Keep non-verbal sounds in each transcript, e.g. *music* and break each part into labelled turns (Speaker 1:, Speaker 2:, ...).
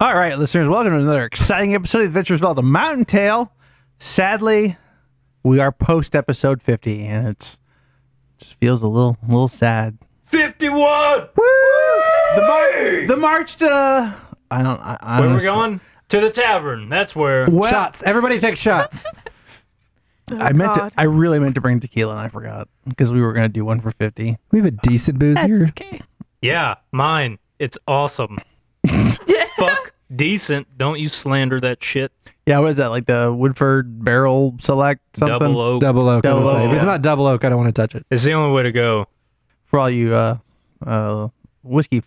Speaker 1: All right, listeners, welcome to another exciting episode of Adventures Belt, a Mountain Tale. Sadly, we are post episode 50, and it's just feels a little, a little sad.
Speaker 2: 51!
Speaker 1: Woo! The, mar- the march to I don't. I, I
Speaker 2: Where we
Speaker 1: honestly-
Speaker 2: going? To the tavern. That's where.
Speaker 1: Well,
Speaker 3: Shots. Everybody take shots.
Speaker 4: Oh,
Speaker 1: *laughs* I meant to,
Speaker 4: God.
Speaker 1: I really meant to bring tequila and I forgot because we were gonna do one for fifty.
Speaker 3: We have a decent booze
Speaker 4: That's
Speaker 3: here.
Speaker 4: okay.
Speaker 2: Yeah, mine. It's
Speaker 1: *laughs*
Speaker 2: awesome. Fuck decent. Don't you slander that shit.
Speaker 1: Yeah, what is that like the Woodford Barrel Select something?
Speaker 2: Double O.
Speaker 3: Double oak.
Speaker 1: Double oak,
Speaker 3: Double oak. If
Speaker 2: yeah.
Speaker 3: it's not double oak, I don't want to touch it.
Speaker 2: It's the only way to go.
Speaker 1: For all you uh, uh, whiskey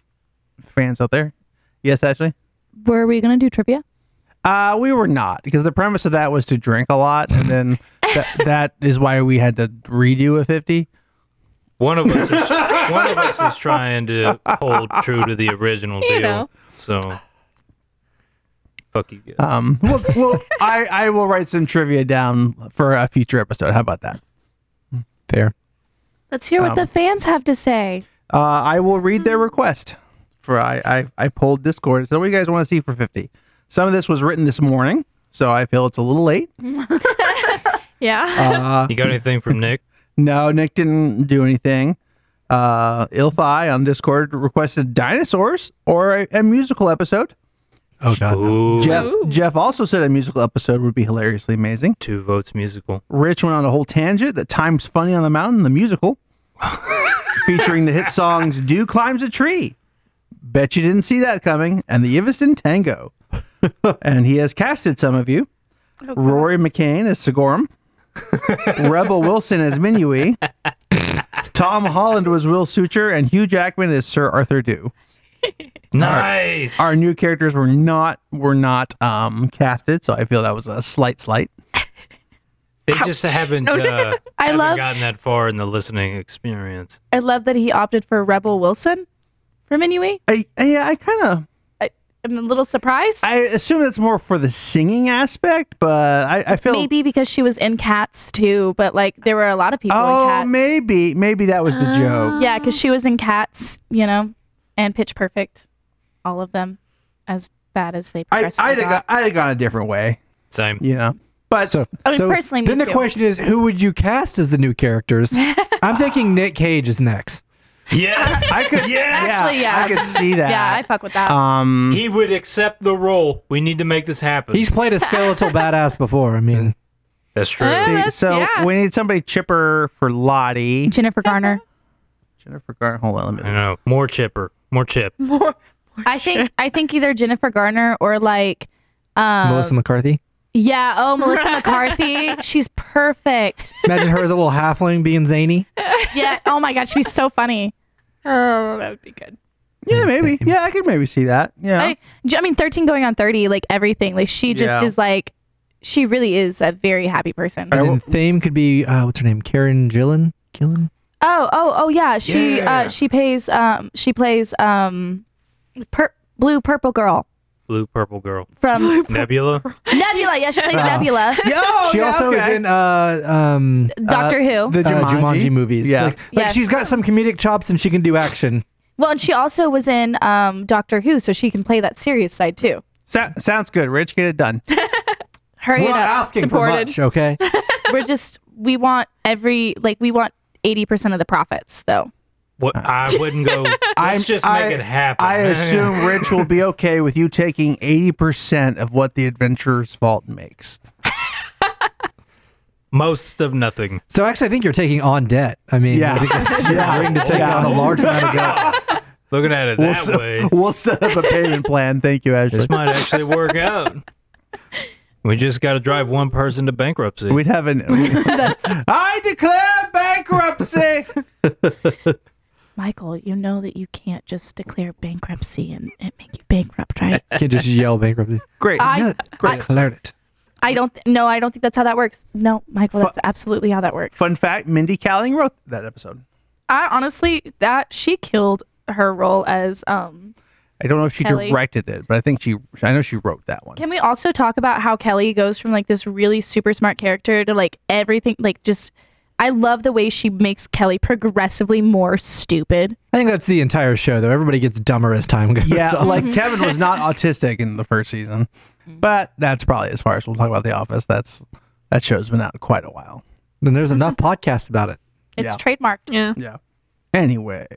Speaker 1: fans out there, yes, actually,
Speaker 4: Were we gonna do trivia?
Speaker 1: uh, we were not because the premise of that was to drink a lot, and then that that is why we had to redo a fifty.
Speaker 2: One of
Speaker 1: *laughs*
Speaker 2: us is, one of us is trying to hold true to the original
Speaker 4: You
Speaker 2: deal.
Speaker 4: know.
Speaker 2: So fuck you guys.
Speaker 1: Um, well, well, I I will write some trivia down for a future episode. How about that?
Speaker 3: Fair.
Speaker 4: Let's hear what the
Speaker 1: Um,
Speaker 4: fans have to say.
Speaker 1: Uh, I will read their request. For I, I, I pulled Discord. So what do you guys want to see for fifty? Some of this was written this morning, so I feel it's a little late.
Speaker 4: Yeah. *laughs*
Speaker 1: Uh,
Speaker 2: You got anything from Nick?
Speaker 1: no, Nick didn't do anything. Uh, Ilfi on Discord requested dinosaurs or a, a musical episode.
Speaker 3: Oh
Speaker 2: Ooh,
Speaker 1: Jeff
Speaker 4: Ooh.
Speaker 1: Jeff also said a musical episode would be hilariously amazing.
Speaker 2: two votes musical.
Speaker 1: Rich went on a whole tangent that times funny on the mountain, the musical, featuring the hit songs "Do Climbs a Tree," "Bet You Didn't See That Coming," and the Iveson Tango. and he has casted some of you: Rory McCain as Sigorum, Rebel Wilson as Minui, Tom Holland was Will Suture, and Hugh Jackman as Sir Arthur Dew.
Speaker 2: Nice.
Speaker 1: Our new characters were not were not um, casted, so I feel that was a slight slight.
Speaker 2: They just haven't. Uh,
Speaker 4: *laughs* I
Speaker 2: haven't
Speaker 4: love-
Speaker 2: gotten that far in the listening experience.
Speaker 4: I love that he opted for Rebel Wilson from Inui.
Speaker 1: I, yeah, I kind of
Speaker 4: I'm a little surprised.
Speaker 1: I assume that's more for the singing aspect, but I, I feel
Speaker 4: Maybe because she was in Cats too, but like there were a lot of people in
Speaker 1: Oh,
Speaker 4: Cats.
Speaker 1: maybe maybe that was the joke.
Speaker 4: Ah. Yeah, because she was in Cats, you know, and Pitch Perfect, all of them, as bad as they
Speaker 1: I
Speaker 4: progressively
Speaker 1: I'd have,
Speaker 4: got.
Speaker 1: got, I'd have gone a different way,
Speaker 2: Same.
Speaker 1: you know. But
Speaker 3: So,
Speaker 4: I mean,
Speaker 3: so
Speaker 4: personally, me
Speaker 3: then the
Speaker 4: too.
Speaker 3: question is, who would you cast as the new characters? I'm thinking Nick Cage is next.
Speaker 2: Yes.
Speaker 1: I
Speaker 4: *laughs*
Speaker 1: could,
Speaker 4: Actually, *laughs* yeah.
Speaker 1: I could see that.
Speaker 4: Yeah, I fuck with that.
Speaker 1: um,
Speaker 2: He would accept the role. We need to make this happen.
Speaker 3: He's played a skeletal badass before. I mean,
Speaker 2: That's true.
Speaker 4: Uh,
Speaker 1: see,
Speaker 4: that's-
Speaker 1: so
Speaker 4: yeah.
Speaker 1: we need somebody chipper for Lottie.
Speaker 4: Jennifer Garner.
Speaker 1: Jennifer Garner, hold on,
Speaker 2: I
Speaker 1: let me.
Speaker 2: know. More chipper. *laughs* More chip.
Speaker 5: More.
Speaker 4: I think I think either Jennifer Garner or like um,
Speaker 3: Melissa McCarthy.
Speaker 4: Yeah, oh Melissa McCarthy. She's perfect.
Speaker 3: Imagine her as a little halfling being zany.
Speaker 4: Yeah. Oh my god, she'd be so funny.
Speaker 5: Oh, that would be good.
Speaker 1: Yeah, maybe. Yeah, I could maybe see that. Yeah.
Speaker 4: I- J- I mean, 13 going on 30, like everything. Like she just
Speaker 1: Yeah.
Speaker 4: is like, she really is a very happy person.
Speaker 3: And
Speaker 1: Alright,
Speaker 3: then Thame could be uh, what's her name? Karen Gillan. Gillan.
Speaker 4: Oh, oh, oh yeah. She
Speaker 2: Yeah.
Speaker 4: uh she pays um she plays um per- blue purple girl
Speaker 2: Blue purple girl.
Speaker 4: from
Speaker 2: Nebula.
Speaker 4: *laughs* Nebula. Yeah, she plays
Speaker 1: Wow.
Speaker 4: Nebula.
Speaker 1: Yeah, oh,
Speaker 3: she
Speaker 1: yeah,
Speaker 3: also
Speaker 1: okay.
Speaker 3: is in uh, um,
Speaker 4: Doctor Who.
Speaker 1: the
Speaker 3: uh,
Speaker 1: Jumanji.
Speaker 3: Jumanji movies.
Speaker 1: Yeah.
Speaker 3: Like, like
Speaker 4: Yeah.
Speaker 3: she's got some comedic chops and she can do action.
Speaker 4: Well, and she also was in um Doctor Who, so she can play that serious side too.
Speaker 1: So- sounds good, Rich. Get it done.
Speaker 4: Hurry
Speaker 3: We're
Speaker 4: it
Speaker 3: not
Speaker 4: up.
Speaker 3: asking for
Speaker 5: Supported.
Speaker 3: much, okay?
Speaker 4: We're just we want every like we want 80% of the profits though.
Speaker 2: What? I wouldn't go. Let's
Speaker 1: *laughs* I'm-
Speaker 2: just
Speaker 1: I-
Speaker 2: make it happen. *laughs*
Speaker 1: I assume Rich will be okay with you taking 80% of what the adventurer's vault makes.
Speaker 2: most of nothing.
Speaker 3: So actually, I think you're taking on debt. I mean,
Speaker 1: Yeah.
Speaker 3: I think
Speaker 1: *laughs*
Speaker 3: it's
Speaker 1: Yeah.
Speaker 3: you're agreeing to take
Speaker 1: Yeah.
Speaker 3: on a large amount of debt.
Speaker 1: *laughs*
Speaker 2: Looking at it
Speaker 1: We'll,
Speaker 2: that
Speaker 1: se-
Speaker 2: way,
Speaker 1: *laughs* we'll set up a payment plan. Thank you, Ashley.
Speaker 2: this might actually work out.
Speaker 1: *laughs*
Speaker 2: We just got to drive one person to bankruptcy.
Speaker 1: We'd have *laughs* an. I declare bankruptcy.
Speaker 4: Michael, you know that you can't just declare bankruptcy and it make you bankrupt,
Speaker 3: *laughs*
Speaker 4: right?
Speaker 3: You can't just yell bankruptcy.
Speaker 1: Great.
Speaker 4: I-
Speaker 3: yeah,
Speaker 1: I-
Speaker 3: declared it.
Speaker 4: I don't th- no, I don't think that's how that works. No, Michael,
Speaker 1: Fu-
Speaker 4: that's absolutely how that
Speaker 1: *laughs*
Speaker 4: works.
Speaker 1: Fun fact Mindy Kaling wrote that episode.
Speaker 4: I honestly that she killed her role as um
Speaker 1: I don't know if she
Speaker 4: Kelly.
Speaker 1: directed it, but I think she. I know she wrote that one.
Speaker 4: can we also talk about how Kelly goes from like this really super smart character to like everything like just I love the way she makes Kelly progressively more stupid.
Speaker 3: I think that's the entire show, though. Everybody gets dumber as time goes
Speaker 1: *laughs* Yeah,
Speaker 4: *laughs*
Speaker 3: on.
Speaker 1: like Kevin was not autistic in the first season,
Speaker 4: Mm-hmm.
Speaker 1: but that's probably as far as we'll talk about The Office. That's that show's been out quite a while.
Speaker 3: Then there's enough podcasts about it.
Speaker 4: It's
Speaker 1: Yeah.
Speaker 4: trademarked.
Speaker 5: Yeah.
Speaker 1: Anyway,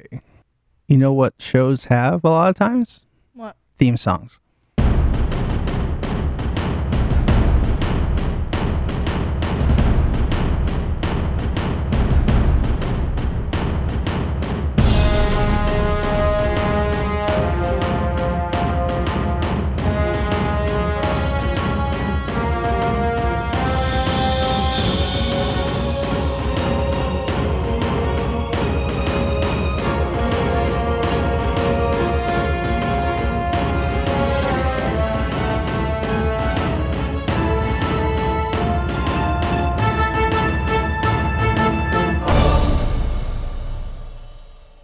Speaker 1: you know what shows have a lot of times?
Speaker 4: What?
Speaker 1: Theme songs.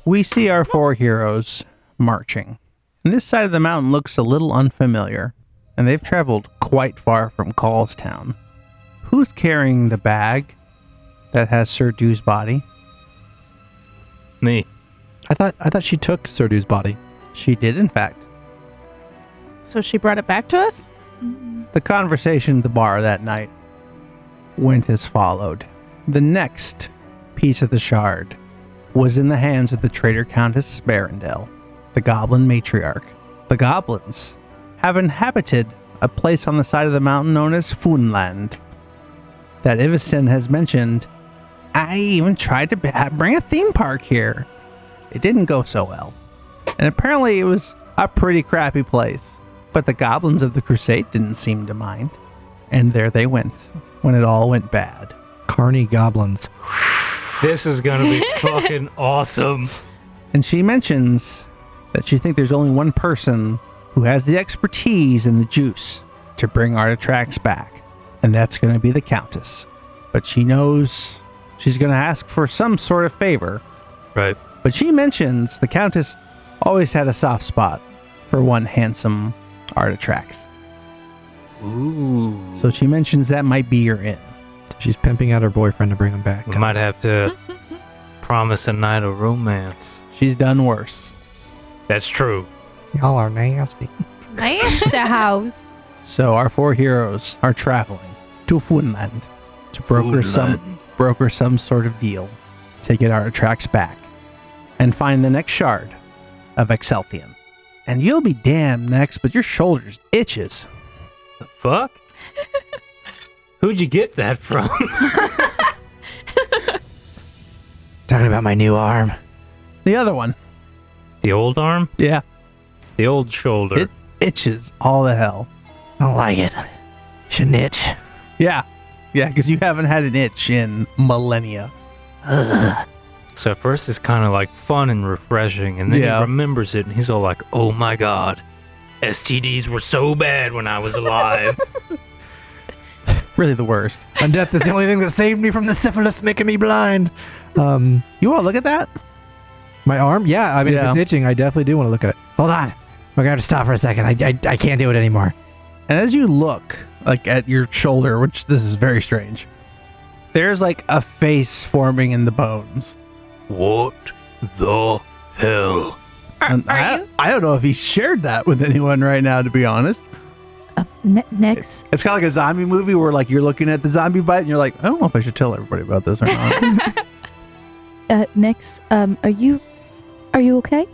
Speaker 1: We see our four heroes marching. And this side of the mountain looks a little unfamiliar, and they've traveled quite far from Callstown. Who's carrying the bag that has Sir Dew's body?
Speaker 2: Me.
Speaker 3: I thought I thought she took Serdu's body.
Speaker 1: She did, in fact.
Speaker 4: So she brought it back to us?
Speaker 1: The conversation at the bar that night went as followed. The next piece of the shard was in the hands of the traitor Countess Sparendell, the goblin matriarch. The goblins have inhabited a place on the side of the mountain known as Funland that Iveston has mentioned. I even tried to b- bring a theme park here. It didn't go so well. And apparently it was a pretty crappy place. But the goblins of the crusade didn't seem to mind. And there they went when it all went bad.
Speaker 3: Carney goblins.
Speaker 2: This is gonna be
Speaker 1: *laughs*
Speaker 2: fucking awesome.
Speaker 1: And she mentions that she thinks there's only one person who has the expertise and the juice to bring artifacts back, and that's going to be the Countess. But she knows she's going to ask for some sort of favor.
Speaker 2: Right.
Speaker 1: But she mentions the Countess always had a soft spot for one handsome artifacts.
Speaker 2: Ooh.
Speaker 1: So she mentions that might be your in.
Speaker 3: She's pimping out her boyfriend to bring him back.
Speaker 2: we might
Speaker 1: *laughs*
Speaker 2: have to promise a night of romance.
Speaker 1: She's done worse.
Speaker 2: That's true.
Speaker 3: Y'all are nasty.
Speaker 5: Nice the house.
Speaker 1: So our four heroes are traveling to Funland to broker some broker some sort of deal to get our tracks back and find the next shard of Excelthian. And you'll be damned next, but your shoulders itches.
Speaker 2: The fuck? Who'd you get that from? *laughs*
Speaker 3: Talking about my new arm.
Speaker 1: The other one,
Speaker 2: the old arm?
Speaker 1: yeah,
Speaker 2: The old shoulder.
Speaker 1: It- itches all the hell.
Speaker 3: I don't like it. Should itch.
Speaker 1: Yeah, yeah, because you haven't had an itch in millennia.
Speaker 2: So at first it's kind of like fun and refreshing, and then
Speaker 1: Yeah.
Speaker 2: he remembers it, and he's all like, "Oh my god, STDs were so bad when I
Speaker 1: *laughs*
Speaker 2: was alive."
Speaker 1: Really, the worst.
Speaker 3: And death is the only thing that saved me from the syphilis making me blind. Um,
Speaker 1: You want to look at that?
Speaker 3: my arm? Yeah, I mean,
Speaker 1: Yeah.
Speaker 3: if it's itching, I definitely do want to look at it. Hold on. We're going to have to stop for a second. I, I, I can't do it anymore.
Speaker 1: And as you look, like at your shoulder, which this is very strange, there's like a face forming in the bones.
Speaker 2: what the hell?
Speaker 1: And I, I don't know if he shared that with anyone right now, to be honest.
Speaker 4: Uh, Ne- next.
Speaker 1: It's kind of like a zombie movie where like you're looking at the zombie bite and you're like, I don't know if I should tell everybody about this or not.
Speaker 4: Uh, next. Um, are you, are you okay?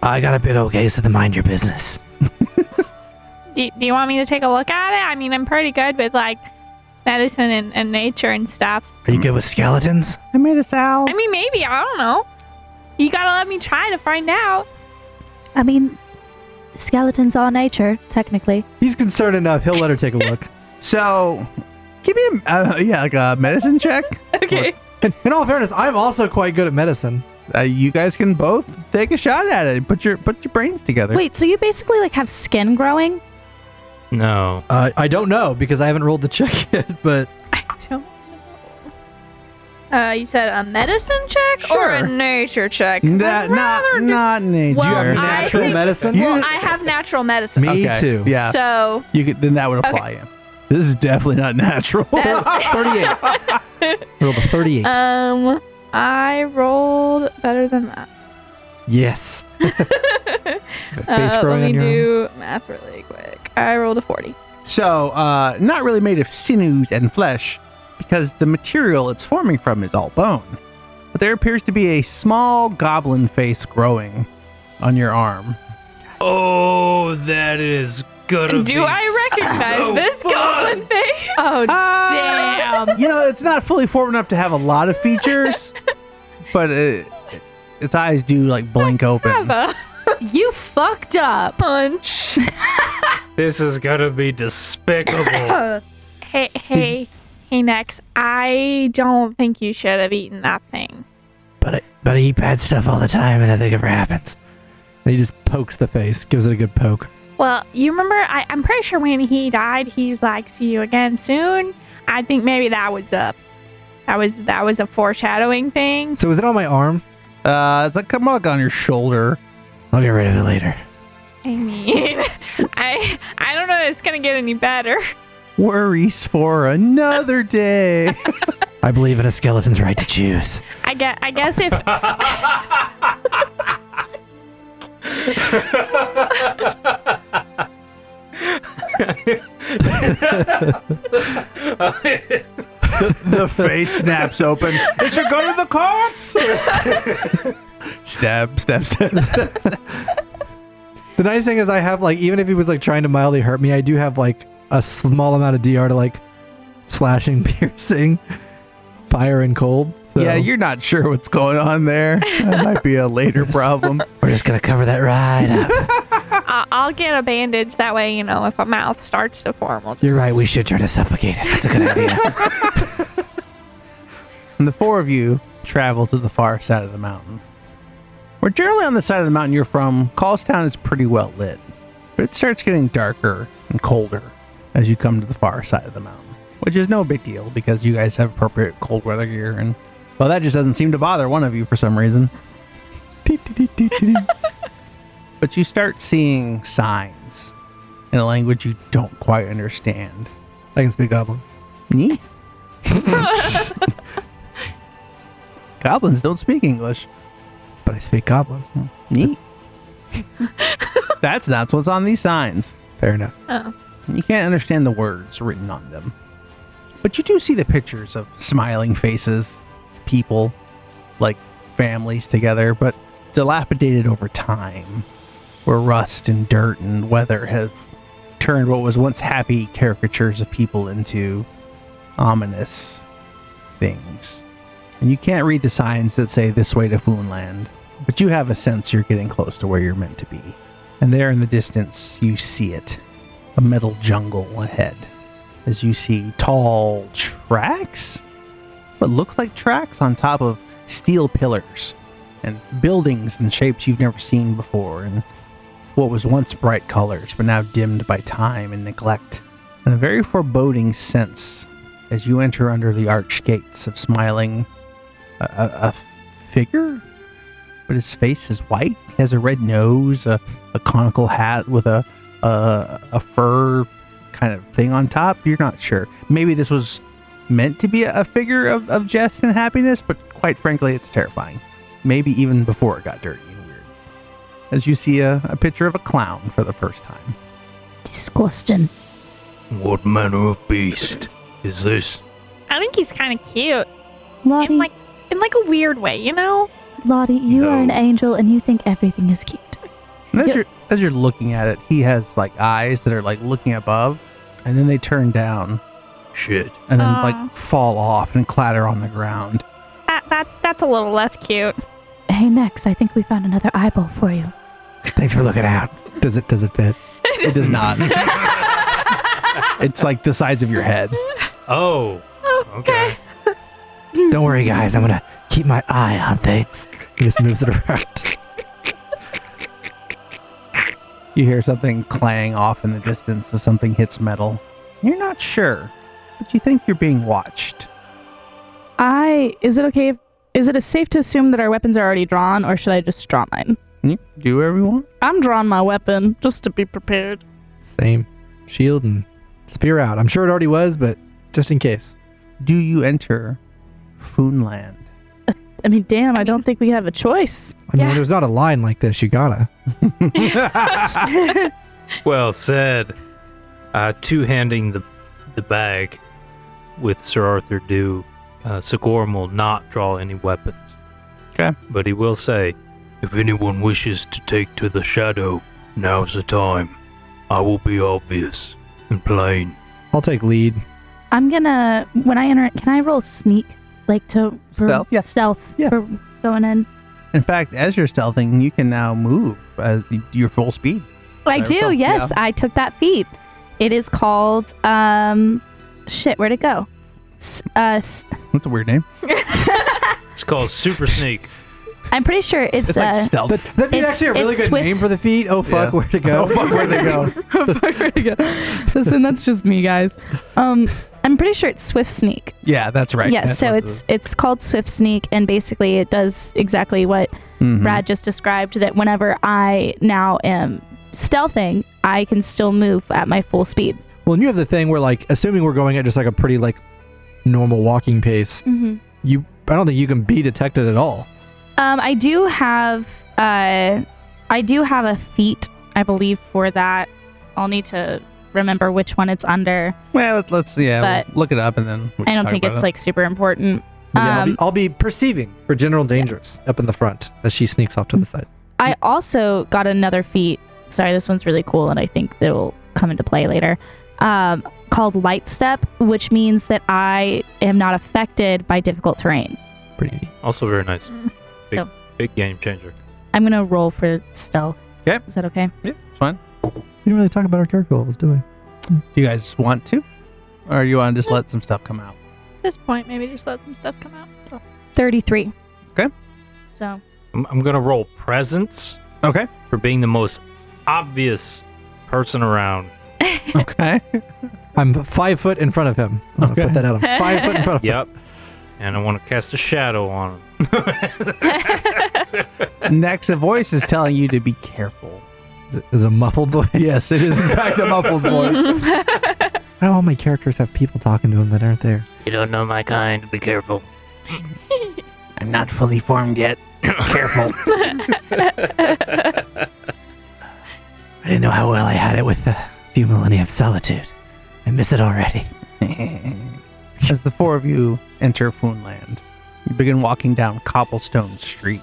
Speaker 3: I got a big okay, so then mind your business.
Speaker 5: Do, do you want me to take a look at it? I mean, I'm pretty good with like medicine and, and nature and stuff.
Speaker 3: Are you good with skeletons?
Speaker 1: I made a sow.
Speaker 5: I mean, maybe. I don't know. You gotta let me try to find out. *laughs*
Speaker 4: I mean, skeletons are nature, technically.
Speaker 3: He's concerned enough. He'll let her take a look. *laughs*
Speaker 1: So, give me a uh, yeah, like a medicine check.
Speaker 5: Okay.
Speaker 3: In in all fairness, I'm also quite good at medicine.
Speaker 1: Uh, you guys can both take a shot at it. Put your put your brains together.
Speaker 4: Wait, so you basically like have skin growing?
Speaker 2: No,
Speaker 3: Uh, I don't know because I haven't rolled the check *laughs* yet, but
Speaker 5: I don't know. Uh, you said a medicine check or a
Speaker 1: Sure.
Speaker 5: nature check? 'Cause
Speaker 1: That
Speaker 5: I'd
Speaker 1: not
Speaker 5: rather do-
Speaker 1: not nature.
Speaker 5: Well,
Speaker 3: you have
Speaker 5: I
Speaker 3: natural
Speaker 5: think-
Speaker 3: medicine.
Speaker 5: Well, I have natural medicine.
Speaker 3: Me too.
Speaker 1: Yeah,
Speaker 5: So
Speaker 1: you could then that would apply. Yeah. This is definitely not natural.
Speaker 3: *laughs*
Speaker 5: That's-
Speaker 3: 38. *laughs* Roll a 38.
Speaker 5: Um, I rolled better than that.
Speaker 3: yes.
Speaker 5: Uh, let
Speaker 3: growing
Speaker 5: me
Speaker 3: on your own?
Speaker 5: do math really quick. I rolled a 40.
Speaker 1: so, uh, not really made of sinews and flesh, because the material it's forming from is all bone. But there appears to be a small goblin face growing on your arm.
Speaker 2: Oh, that is gonna be
Speaker 5: Do I recognize
Speaker 2: so
Speaker 5: this
Speaker 2: fun.
Speaker 5: goblin face? Oh, damn.
Speaker 1: You know, it's not fully formed enough to have a lot of features, but it, its eyes do like blink open.
Speaker 5: Bravo.
Speaker 4: You fucked up.
Speaker 5: Punch.
Speaker 2: This is gonna
Speaker 1: *laughs*
Speaker 2: be despicable.
Speaker 5: hey, hey, hey, Nex. I don't think you should have eaten that thing.
Speaker 3: But I, but I eat bad stuff all the time and nothing ever happens. And he just pokes the face, gives it a good poke.
Speaker 5: Well, you remember? I, I'm pretty sure when he died, he's like, "See you again soon." I think maybe that was a, that was that was a foreshadowing thing.
Speaker 3: So is it on my arm?
Speaker 1: Uh, it's like come on, like, on your shoulder.
Speaker 3: I'll get rid of it later.
Speaker 5: I mean, *laughs* I I don't know. If it's gonna get any better.
Speaker 1: Worries for another day.
Speaker 3: I believe in a skeleton's right to choose.
Speaker 5: I guess I guess if
Speaker 1: the face snaps open. It should go to the courts. stab, stab, stab, stab. stab.
Speaker 3: The nice thing is I have like even if he was like trying to mildly hurt me, I do have like a small amount of DR to like slashing, *laughs* piercing, fire and cold. So
Speaker 1: Yeah, you're not sure what's going on there. That might be a later problem.
Speaker 3: we're just gonna cover that right *laughs* up.
Speaker 5: I, I'll get a bandage, that way you know if a mouth starts to form, we'll just
Speaker 3: you're right, we should try to suffocate it. That's a good idea.
Speaker 1: And the four of you travel to the far side of the mountain. Where generally on the side of the mountain you're from, Callstown is pretty well lit. But it starts getting darker and colder as you come to the far side of the mountain. Which is no big deal because you guys have appropriate cold weather gear and well that just doesn't seem to bother one of you for some reason. *laughs* but you start seeing signs in a language you don't quite understand.
Speaker 3: *laughs* I can speak goblin.
Speaker 1: Me? *laughs* Goblins don't speak English.
Speaker 3: But I speak goblin.
Speaker 1: Neat. That's not what's on these signs.
Speaker 3: Fair enough.
Speaker 5: Oh.
Speaker 1: You can't understand the words written on them. But you do see the pictures of smiling faces, people, like families together, but dilapidated over time, where rust and dirt and weather have turned what was once happy caricatures of people into ominous things. And you can't read the signs that say this way to Foonland, but you have a sense you're getting close to where you're meant to be. And there in the distance, you see it a metal jungle ahead as you see tall tracks what look like tracks on top of steel pillars and buildings in shapes you've never seen before and what was once bright colors but now dimmed by time and neglect and a very foreboding sense as you enter under the arch gates of smiling a, a, a figure but his face is white he has a red nose a, a conical hat with a uh, a fur kind of thing on top. You're not sure. Maybe this was meant to be a figure of, of jest and happiness, but quite frankly, it's terrifying. Maybe even before it got dirty and weird. As you see a, a picture of a clown for the first time.
Speaker 4: Disgusting.
Speaker 2: what manner of beast is this?
Speaker 5: I think he's kind of cute
Speaker 4: Lottie,
Speaker 5: in like in like a weird way, you know?
Speaker 4: Lottie, you
Speaker 2: No.
Speaker 4: are an angel and you think everything is cute.
Speaker 1: And as,
Speaker 4: Yep.
Speaker 1: you're, as you're looking at it, he has like eyes that are like looking above, and then they turn down
Speaker 2: Shit.
Speaker 1: and then
Speaker 5: Aw.
Speaker 1: like fall off and clatter on the ground.
Speaker 5: That that that's a little less cute.
Speaker 4: Hey, Nex, I think we found another eyeball for you.
Speaker 3: Thanks for looking out. Does it does it fit?
Speaker 1: *laughs* It does not. *laughs* it's like the size of your head.
Speaker 2: Oh. Okay.
Speaker 3: Don't worry guys, I'm gonna keep my eye on things. He just moves it around.
Speaker 1: You hear something clang off in the distance as something hits metal. You're not sure, but you think you're being watched.
Speaker 4: I. Is it okay? If, is it safe to assume that our weapons are already drawn, or should I just draw mine?
Speaker 1: You can do whatever you want.
Speaker 4: I'm drawing my weapon just to be prepared.
Speaker 3: Same shield and Spear out. I'm sure it already was, but just in case.
Speaker 1: Do you enter Foonland?
Speaker 4: I mean, damn, I don't think we have a choice.
Speaker 3: I mean,
Speaker 5: Yeah.
Speaker 3: when there's not a line like this. You gotta.
Speaker 2: Well said. Uh, two handing the the bag with Sir Arthur Dew, uh, Sigorum will not draw any weapons.
Speaker 1: Okay.
Speaker 2: But he will say, If anyone wishes to take to the shadow, now's the time. I will be obvious and plain.
Speaker 3: I'll take lead.
Speaker 4: I'm gonna when I enter it. Can I roll sneak, like to for
Speaker 1: Stealth? Yeah.
Speaker 4: stealth
Speaker 1: Yeah.
Speaker 4: for going in?
Speaker 1: In fact, as you're stealthing, you can now move at your full speed.
Speaker 4: I
Speaker 1: There we
Speaker 4: do.
Speaker 1: go.
Speaker 4: Yes, I took that feat. It is called um, shit. Where'd it go? S- uh, s-
Speaker 1: That's a weird name.
Speaker 2: It's called Super Sneak.
Speaker 4: I'm pretty sure it's,
Speaker 1: It's
Speaker 4: uh,
Speaker 1: like stealth.
Speaker 3: But
Speaker 1: *laughs*
Speaker 3: that'd be
Speaker 4: It's-
Speaker 3: actually a really
Speaker 4: it's
Speaker 3: good
Speaker 4: with- *laughs*
Speaker 3: name for the feet. Oh fuck,
Speaker 1: Yeah.
Speaker 3: where to go?
Speaker 1: Oh, fuck, where'd they go?
Speaker 4: Where'd it go? Listen, that's just me, guys. Um, I'm pretty sure it's Swift Sneak.
Speaker 1: *laughs* yeah, that's right.
Speaker 4: yes,
Speaker 1: That's
Speaker 4: so
Speaker 1: what
Speaker 4: it's it's called Swift Sneak, and basically it does exactly what
Speaker 1: the- Mhm.
Speaker 4: Brad just described. That whenever I now am stealthing, I can still move at my full speed.
Speaker 3: Well, and you have the thing where, like, assuming we're going at just like a pretty like normal walking pace,
Speaker 4: Mm-hmm.
Speaker 3: you I don't think you can be detected at all.
Speaker 4: Um, I do have uh, I do have a feat, I believe, for that. I'll need to remember which one it's under.
Speaker 1: Well, let's, let's yeah,
Speaker 4: But-
Speaker 1: we'll look it up and then. we
Speaker 4: I
Speaker 1: can
Speaker 4: don't
Speaker 1: talk
Speaker 4: think
Speaker 1: about
Speaker 4: it's
Speaker 1: it.
Speaker 4: like super important.
Speaker 3: But yeah, I'll, be,
Speaker 4: Um,
Speaker 3: I'll be perceiving for general dangers up in the front as she sneaks off to the side.
Speaker 4: I also got another feat. Sorry, this one's really cool, and I think it will come into play later. Um, called Light Step, which means that I am not affected by difficult terrain.
Speaker 3: Pretty neat.
Speaker 2: Also very nice. Big,
Speaker 4: So-
Speaker 2: big game changer.
Speaker 4: I'm gonna roll for stealth.
Speaker 1: Okay.
Speaker 4: Is that okay?
Speaker 1: Yeah, it's fine.
Speaker 3: We didn't really talk about our character levels, do we?
Speaker 1: Do you guys want to, or you want to just let some stuff come out?
Speaker 5: At this point, maybe just let some stuff come out. Oh.
Speaker 4: Thirty-three.
Speaker 1: Okay.
Speaker 4: So
Speaker 2: I'm, I'm going to roll presence
Speaker 1: Okay.
Speaker 4: *laughs*
Speaker 2: for being the most obvious person around.
Speaker 4: *laughs*
Speaker 1: Okay.
Speaker 3: I'm five foot in front of him. I'm
Speaker 1: Okay.
Speaker 3: gonna put that out. I'm five foot in
Speaker 2: *laughs*
Speaker 3: front of him.
Speaker 2: Yep. And I want to cast a shadow on him.
Speaker 1: Next, a voice is telling you to be careful.
Speaker 3: Is it- Is it a muffled voice?
Speaker 1: Yes, it is in fact a *laughs* muffled voice.
Speaker 3: Why do all my characters have people talking to them that aren't there?
Speaker 2: you don't know my kind. Be
Speaker 3: *laughs*
Speaker 2: careful.
Speaker 1: I'm not fully formed
Speaker 2: *laughs*
Speaker 1: yet. careful.
Speaker 3: I didn't know how well I had it with the few millennia of solitude. I miss it already.
Speaker 1: *laughs* As the four of you enter Foonland, you begin walking down cobblestone street.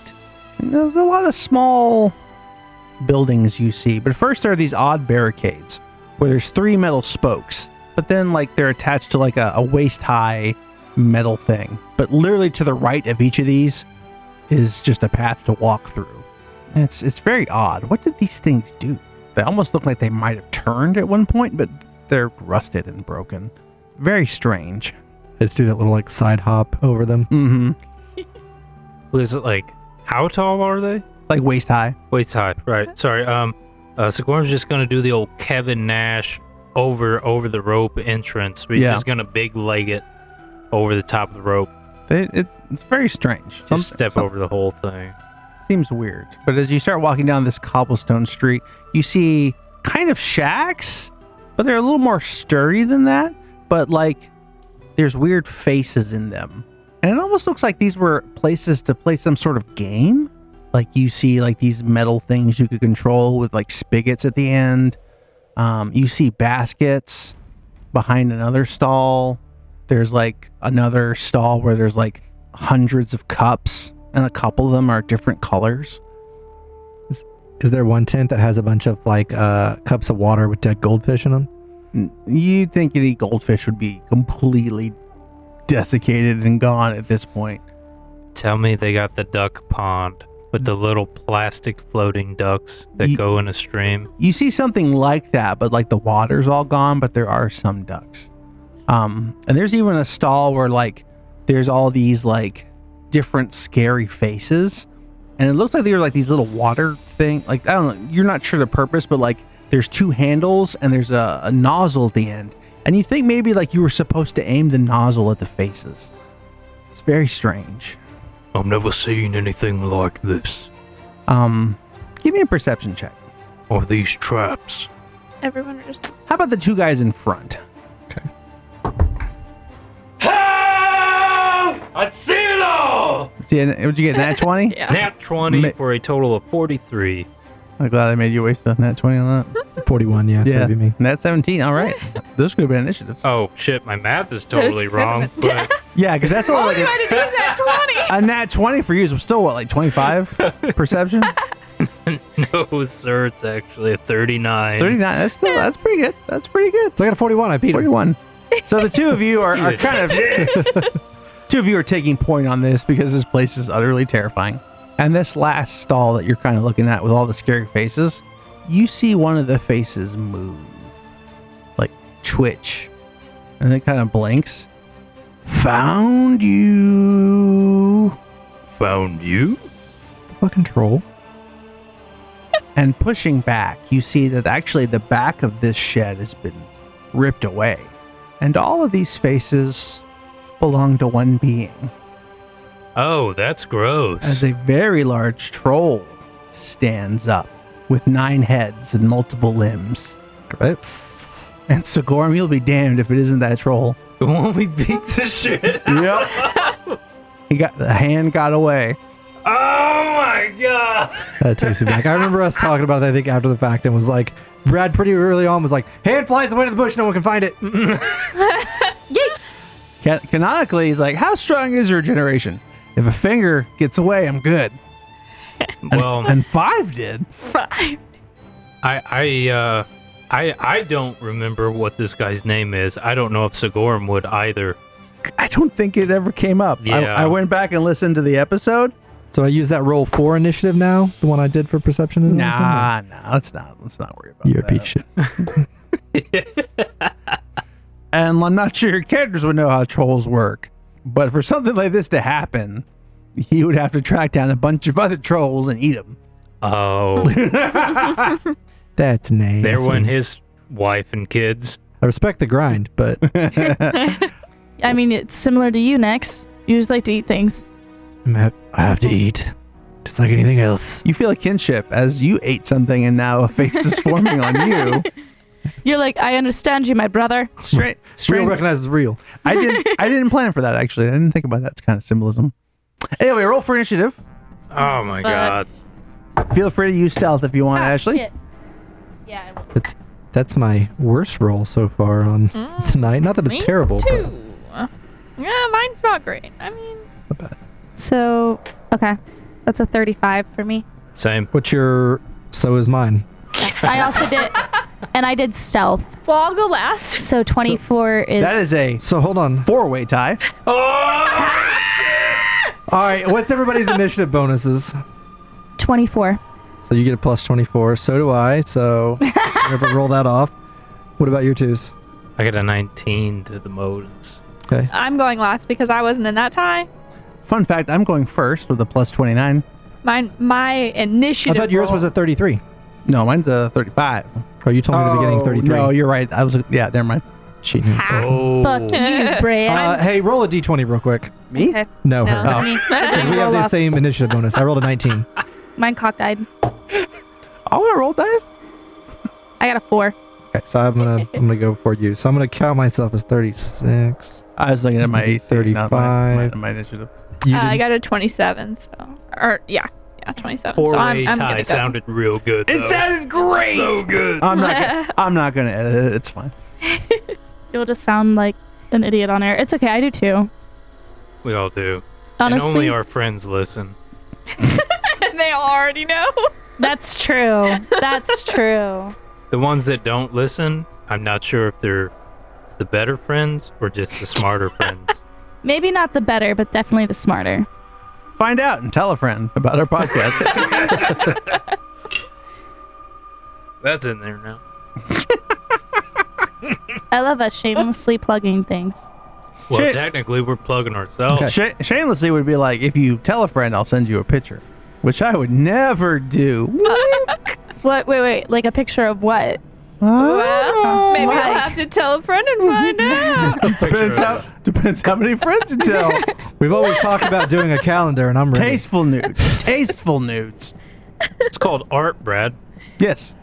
Speaker 1: And there's a lot of small buildings you see, but first there are these odd barricades where there's three metal spokes, but then like they're attached to like a, a waist-high metal thing. But literally to the right of each of these is just a path to walk through. And it's it's very odd. What did these things do? They almost look like they might have turned at one point, but they're rusted and broken. Very strange.
Speaker 3: Let's do that little like side hop over them.
Speaker 1: Mm-hmm.
Speaker 2: Is it like, how tall are they?
Speaker 1: Like waist high.
Speaker 2: Waist high, right? Sorry. Um, uh, Sigorm's just gonna do the old Kevin Nash over over the rope entrance. He's
Speaker 1: Yeah.
Speaker 2: just gonna big leg it over the top of the rope.
Speaker 1: It, it, it's very strange.
Speaker 2: Just
Speaker 1: Some-
Speaker 2: step
Speaker 1: some-
Speaker 2: over the whole thing.
Speaker 1: Seems weird. But as you start walking down this cobblestone street, you see kind of shacks, but they're a little more sturdy than that. But like, there's weird faces in them. And it almost looks like these were places to play some sort of game. Like you see like these metal things you could control with like spigots at the end. Um, you see baskets behind another stall. There's like another stall where there's like hundreds of cups, and a couple of them are different colors.
Speaker 3: Is there one tent that has a bunch of like uh, cups of water with dead goldfish in them?
Speaker 1: N- You'd think any goldfish would be completely desiccated and gone at this point.
Speaker 2: Tell me they got the duck pond with the little plastic floating ducks that
Speaker 1: Ye-
Speaker 2: go in a stream.
Speaker 1: You see something like that, but like the water's all gone, but there are some ducks. Um, and there's even a stall where like there's all these like different scary faces, and it looks like they're like these little water thing. Like I don't know, you're not sure the purpose, but like there's two handles and there's a, a nozzle at the end, and you think maybe like you were supposed to aim the nozzle at the faces. It's very strange.
Speaker 2: I've never seen anything like this.
Speaker 1: Um, give me a perception check.
Speaker 2: Or these traps.
Speaker 5: Everyone are just
Speaker 1: How about the two guys in front?
Speaker 2: I see it all.
Speaker 1: See, and- what'd you get? Nat 20?
Speaker 5: Yeah.
Speaker 2: Nat twenty
Speaker 1: Ma-
Speaker 2: for a total of forty-three.
Speaker 1: I'm glad I made you waste a nat 20 on that.
Speaker 3: 41, yeah,
Speaker 1: Yeah.
Speaker 3: yeah. be me.
Speaker 1: Nat 17. All right. Those could have been initiatives.
Speaker 2: Oh shit, my math is totally wrong. But *laughs*
Speaker 1: Yeah, because that's
Speaker 5: All
Speaker 1: all.
Speaker 5: Oh, you
Speaker 1: Like
Speaker 5: had to do is that 20.
Speaker 1: a, a nat 20 for you is still what, like 25 perception?
Speaker 2: no, sir, it's actually a thirty-nine.
Speaker 1: 39. That's still. That's pretty good. That's pretty good.
Speaker 3: So I got a 41. I beat him.
Speaker 1: 41. So the two of you are, are
Speaker 2: You
Speaker 1: kind of two of you are taking point on this because this place is utterly terrifying. And this last stall that you're kind of looking at with all the scary faces, you see one of the faces move, like twitch, and it kind of blinks. Found you,
Speaker 2: Found you.
Speaker 3: Fucking troll.
Speaker 1: and pushing back, you see that actually the back of this shed has been ripped away, and all of these faces belong to one being.
Speaker 2: Oh, that's gross.
Speaker 1: as
Speaker 2: *laughs*
Speaker 1: a very large troll stands up with nine heads and multiple limbs.
Speaker 3: Right.
Speaker 1: And Sigorm, you'll be damned if it isn't that troll.
Speaker 2: The one we beat to shit.
Speaker 1: Yep. *laughs* he got the hand got away.
Speaker 2: Oh my god.
Speaker 3: That takes *laughs* me back. I remember us talking about it, I think, after the fact, and was like, Brad pretty early on was like, hand flies away to the bush, no one can find it.
Speaker 1: Can- canonically, he's like, "How strong is your regeneration? If a finger gets away, I'm good." And,
Speaker 2: Well,
Speaker 1: and five did.
Speaker 5: Five.
Speaker 2: I I uh I I don't remember what this guy's name is. I don't know if Sigorm would either.
Speaker 1: I don't think it ever came up.
Speaker 2: Yeah.
Speaker 1: I, I went back and listened to the episode.
Speaker 3: So I use that roll four initiative now, the one I did for perception.
Speaker 1: Mm-hmm.
Speaker 3: and everything?
Speaker 1: Nah, nah, let's not. Let's not worry about
Speaker 3: You're a
Speaker 1: that.
Speaker 3: piece of shit.
Speaker 1: and I'm not sure your characters would know how trolls work. But for something like this to happen, he would have to track down a bunch of other trolls and eat them. *laughs*
Speaker 2: Oh,
Speaker 3: That's nasty.
Speaker 2: there went his wife and kids.
Speaker 3: I respect the grind, but *laughs*
Speaker 1: *laughs*
Speaker 4: I mean, it's similar to you, Nex. You just like to eat things.
Speaker 3: I'm hap- I have to eat. Just like anything else.
Speaker 1: you feel a kinship as you ate something and now a face is forming on *laughs* you.
Speaker 4: You're like, I understand you, my brother.
Speaker 1: Straight,
Speaker 3: Real
Speaker 1: straight.
Speaker 3: recognizes real.
Speaker 1: I didn't. I didn't plan for that actually. I didn't think about that kind of symbolism. Anyway, roll for initiative.
Speaker 2: Oh my god.
Speaker 1: Feel free to use stealth if you want,
Speaker 4: Ah,
Speaker 1: Ashley.
Speaker 4: Yeah, I will.
Speaker 3: That's my worst roll so far on *laughs*
Speaker 5: Mm,
Speaker 3: tonight. Not that
Speaker 5: me
Speaker 3: it's terrible, but
Speaker 5: Two. Yeah, mine's not great. I mean,
Speaker 4: So, okay. That's a 35 for me.
Speaker 2: Same.
Speaker 3: what's your. So is mine.
Speaker 4: I also
Speaker 5: *laughs*
Speaker 4: did, and I did stealth.
Speaker 5: I'll go last. *laughs*
Speaker 4: So 24 is.
Speaker 1: That is a
Speaker 3: So hold on.
Speaker 1: four-way tie.
Speaker 3: All right, what's
Speaker 5: *laughs*
Speaker 3: everybody's initiative bonuses?
Speaker 4: 24.
Speaker 3: So you get a plus 24. So do I.
Speaker 5: *laughs*
Speaker 3: So never roll that off. What about your twos?
Speaker 2: I got a 19 to the modus.
Speaker 3: Okay.
Speaker 5: I'm going last because I wasn't in that tie.
Speaker 1: Fun fact: I'm going first with a plus twenty-nine.
Speaker 5: Mine, my
Speaker 3: I
Speaker 5: initiative.
Speaker 3: thought yours was
Speaker 5: roll-
Speaker 3: at 33.
Speaker 1: No, mine's a thirty-five.
Speaker 3: Oh, you told me at the beginning
Speaker 1: Oh,
Speaker 3: 33.
Speaker 1: No, you're right. I was. Yeah, never mind.
Speaker 3: Cheating.
Speaker 5: *laughs*
Speaker 2: Oh.
Speaker 4: Fuck you, Brad.
Speaker 3: Uh, hey, roll a d20 real quick.
Speaker 1: Me?
Speaker 4: Okay.
Speaker 3: No,
Speaker 4: No,
Speaker 3: her.
Speaker 1: Oh.
Speaker 5: *laughs*
Speaker 4: me.
Speaker 3: Because we have the same initiative bonus. I rolled a 19.
Speaker 4: Mine cockeyed.
Speaker 1: Oh, I rolled dice.
Speaker 4: I got a 4.
Speaker 3: Okay, so I'm gonna I'm gonna go for you. So I'm gonna count myself as 36.
Speaker 1: I was looking at my AC, not my, my,
Speaker 3: 35.
Speaker 1: my initiative.
Speaker 3: You
Speaker 5: Uh, I
Speaker 3: didn't-
Speaker 5: got a 27, so or yeah, yeah, 27. so
Speaker 2: Four-way
Speaker 5: I'm, I'm
Speaker 2: tie
Speaker 5: gonna go.
Speaker 2: sounded real good. though.
Speaker 1: sounded great.
Speaker 2: so good.
Speaker 1: I'm not.
Speaker 5: *laughs*
Speaker 1: gonna- I'm not gonna edit it. It's fine.
Speaker 4: You'll just sound like an idiot on air. It's okay. I do too.
Speaker 2: we all do. and only
Speaker 4: Honestly,
Speaker 2: our friends listen.
Speaker 5: *laughs* they already know.
Speaker 4: that's true. That's *laughs* true.
Speaker 2: The ones that don't listen, I'm not sure if they're the better friends or just the
Speaker 5: *laughs*
Speaker 2: smarter friends.
Speaker 4: Maybe not the better, but definitely the smarter.
Speaker 1: Find out and tell a friend about our podcast. *laughs*
Speaker 2: That's in there now.
Speaker 4: I love us *laughs* shamelessly plugging things.
Speaker 2: Well,
Speaker 1: Shit.
Speaker 2: technically, we're plugging ourselves.
Speaker 1: Sh- shamelessly would be like, if you tell a friend, I'll send you a picture, which I would never do.
Speaker 4: What? Wait, wait. Like a picture of what?
Speaker 5: *laughs*
Speaker 1: Oh,
Speaker 5: well, maybe
Speaker 4: my.
Speaker 5: I'll have to tell a friend and find out.
Speaker 1: Ah.
Speaker 5: *laughs*
Speaker 1: depends how depends how many friends you tell.
Speaker 3: we've always talked about doing
Speaker 5: *laughs*
Speaker 3: a calendar, and I'm ready.
Speaker 1: Tasteful nudes. Tasteful nudes.
Speaker 2: It's called art, Brad.
Speaker 1: Yes.